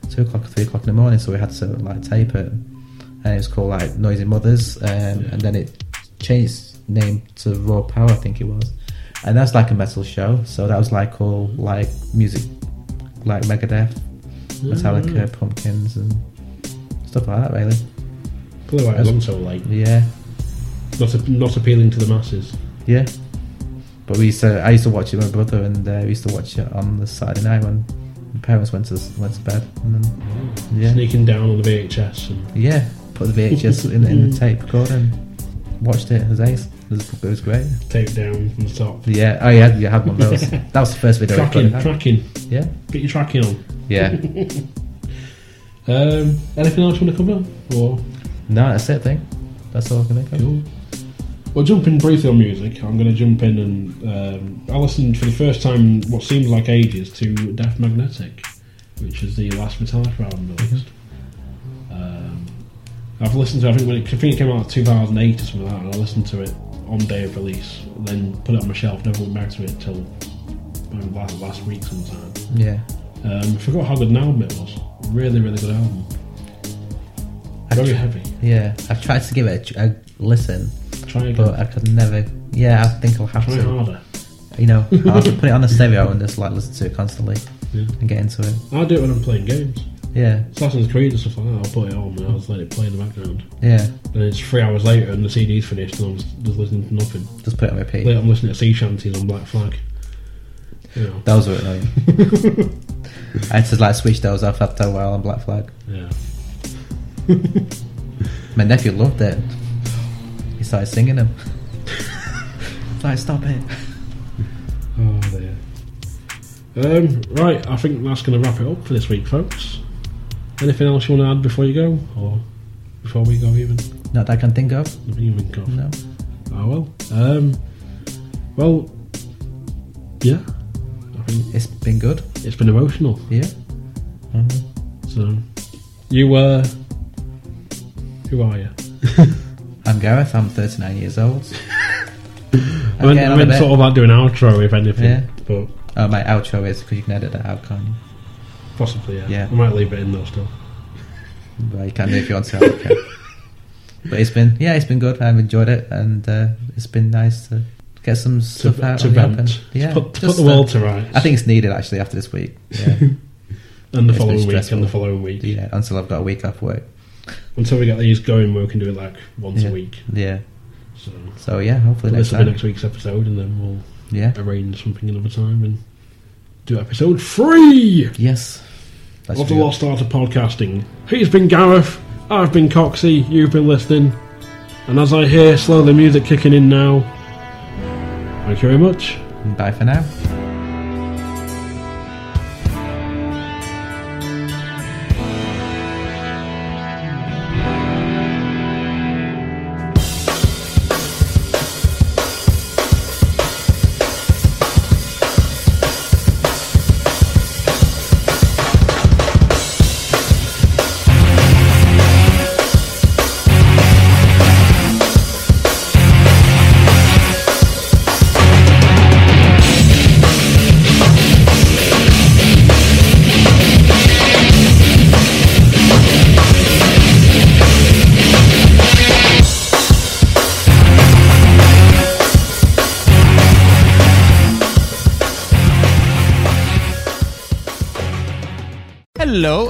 Speaker 3: two o'clock or three o'clock in the morning. So we had to like tape it, and it was called like Noisy Mothers, um, and then it changed its name to Raw Power. I think it was, and that's like a metal show. So that was like all like music, like Megadeth, Metallica, Pumpkins, and stuff like that. Really,
Speaker 2: Probably why it wasn't so late.
Speaker 3: yeah.
Speaker 2: Not, a, not appealing to the masses.
Speaker 3: Yeah. But we used to, I used to watch it with my brother, and uh, we used to watch it on the Saturday night when the parents went to went to bed, and then yeah,
Speaker 2: Sneaking down on the VHS and
Speaker 3: yeah, put the VHS in, in the tape recorder and watched it as ace. It was, it was great.
Speaker 2: tape down from the top.
Speaker 3: Yeah, oh yeah, you had one of those. that was the first video. I
Speaker 2: Tracking,
Speaker 3: recorded.
Speaker 2: tracking.
Speaker 3: Yeah,
Speaker 2: Get your tracking on.
Speaker 3: yeah.
Speaker 2: Um, anything else you want to cover? Or
Speaker 3: no, that's it. I think that's all I can think of.
Speaker 2: Cool. Well, jumping briefly on music, I'm going to jump in and um, I listened for the first time in what seems like ages to Daft Magnetic, which is the last Metallica album released. Um, I've listened to it, I think when it, I think it came out in 2008 or something like that, and I listened to it on day of release, then put it on my shelf, never went back to it until maybe last, last week sometime.
Speaker 3: Yeah,
Speaker 2: Um, I forgot how good an album it was. Really, really good album. Very heavy.
Speaker 3: yeah. I've tried to give it a, tr- a listen,
Speaker 2: Try again.
Speaker 3: but I could never. Yeah, I think I'll have
Speaker 2: Try
Speaker 3: to.
Speaker 2: harder.
Speaker 3: You know, I'll have to put it on the stereo and just like listen to it constantly
Speaker 2: Yeah.
Speaker 3: and get into it.
Speaker 2: I do it when I'm playing games.
Speaker 3: Yeah,
Speaker 2: Assassin's Creed and stuff like that, I'll put it on and I'll just let it play in the background.
Speaker 3: yeah.
Speaker 2: And it's three hours later and the CD's finished and I'm just just listening to nothing.
Speaker 3: Just put it on repeat.
Speaker 2: Later I'm listening to sea shanties on Black Flag. You know,
Speaker 3: That was really annoying. I had to like switch those off after a while on Black Flag.
Speaker 2: yeah.
Speaker 3: My nephew loved it. He started singing them. like, stop it.
Speaker 2: Oh dear. Um, right, I think that's going to wrap it up for this week, folks. Anything else you want to add before you go, or before we go even?
Speaker 3: Not that I can think of.
Speaker 2: Nothing you think of?
Speaker 3: No.
Speaker 2: Oh well. Um, well, yeah. I think
Speaker 3: It's been good.
Speaker 2: it's been emotional.
Speaker 3: Yeah.
Speaker 2: Mm-hmm. So, you were. who are you?
Speaker 3: I'm Gareth. I'm 39 years old.
Speaker 2: I meant,
Speaker 3: getting
Speaker 2: I
Speaker 3: on a
Speaker 2: meant
Speaker 3: bit.
Speaker 2: sort of like doing outro, if anything.
Speaker 3: Yeah.
Speaker 2: But
Speaker 3: Oh, my outro is because you can edit that out, can't you?
Speaker 2: possibly, yeah.
Speaker 3: Yeah.
Speaker 2: I might leave it in though still.
Speaker 3: But you can do if you want to. Okay. but it's been, yeah, it's been good. I've enjoyed it, and uh, it's been nice to get some
Speaker 2: To,
Speaker 3: stuff out
Speaker 2: to
Speaker 3: on the
Speaker 2: vent.
Speaker 3: open.
Speaker 2: To
Speaker 3: Yeah,
Speaker 2: put, to put
Speaker 3: just,
Speaker 2: the
Speaker 3: uh,
Speaker 2: world to rights.
Speaker 3: I think it's needed actually after this week. Yeah,
Speaker 2: And the
Speaker 3: It's been
Speaker 2: following week,
Speaker 3: stressful.
Speaker 2: and the following week.
Speaker 3: yeah. Until I've got a week off work.
Speaker 2: Until we get these going, we can do it like once
Speaker 3: Yeah.
Speaker 2: a week.
Speaker 3: Yeah.
Speaker 2: So
Speaker 3: So yeah, hopefully
Speaker 2: this
Speaker 3: next
Speaker 2: will be
Speaker 3: time.
Speaker 2: next week's episode, and then we'll
Speaker 3: Yeah.
Speaker 2: arrange something another time and do episode three
Speaker 3: Yes. That's
Speaker 2: of the
Speaker 3: good.
Speaker 2: Lost Art of Podcasting. He's been Gareth. I've been Coxie. You've been listening. And as I hear slowly music kicking in now, thank you very much.
Speaker 3: Bye for now.
Speaker 4: Hello,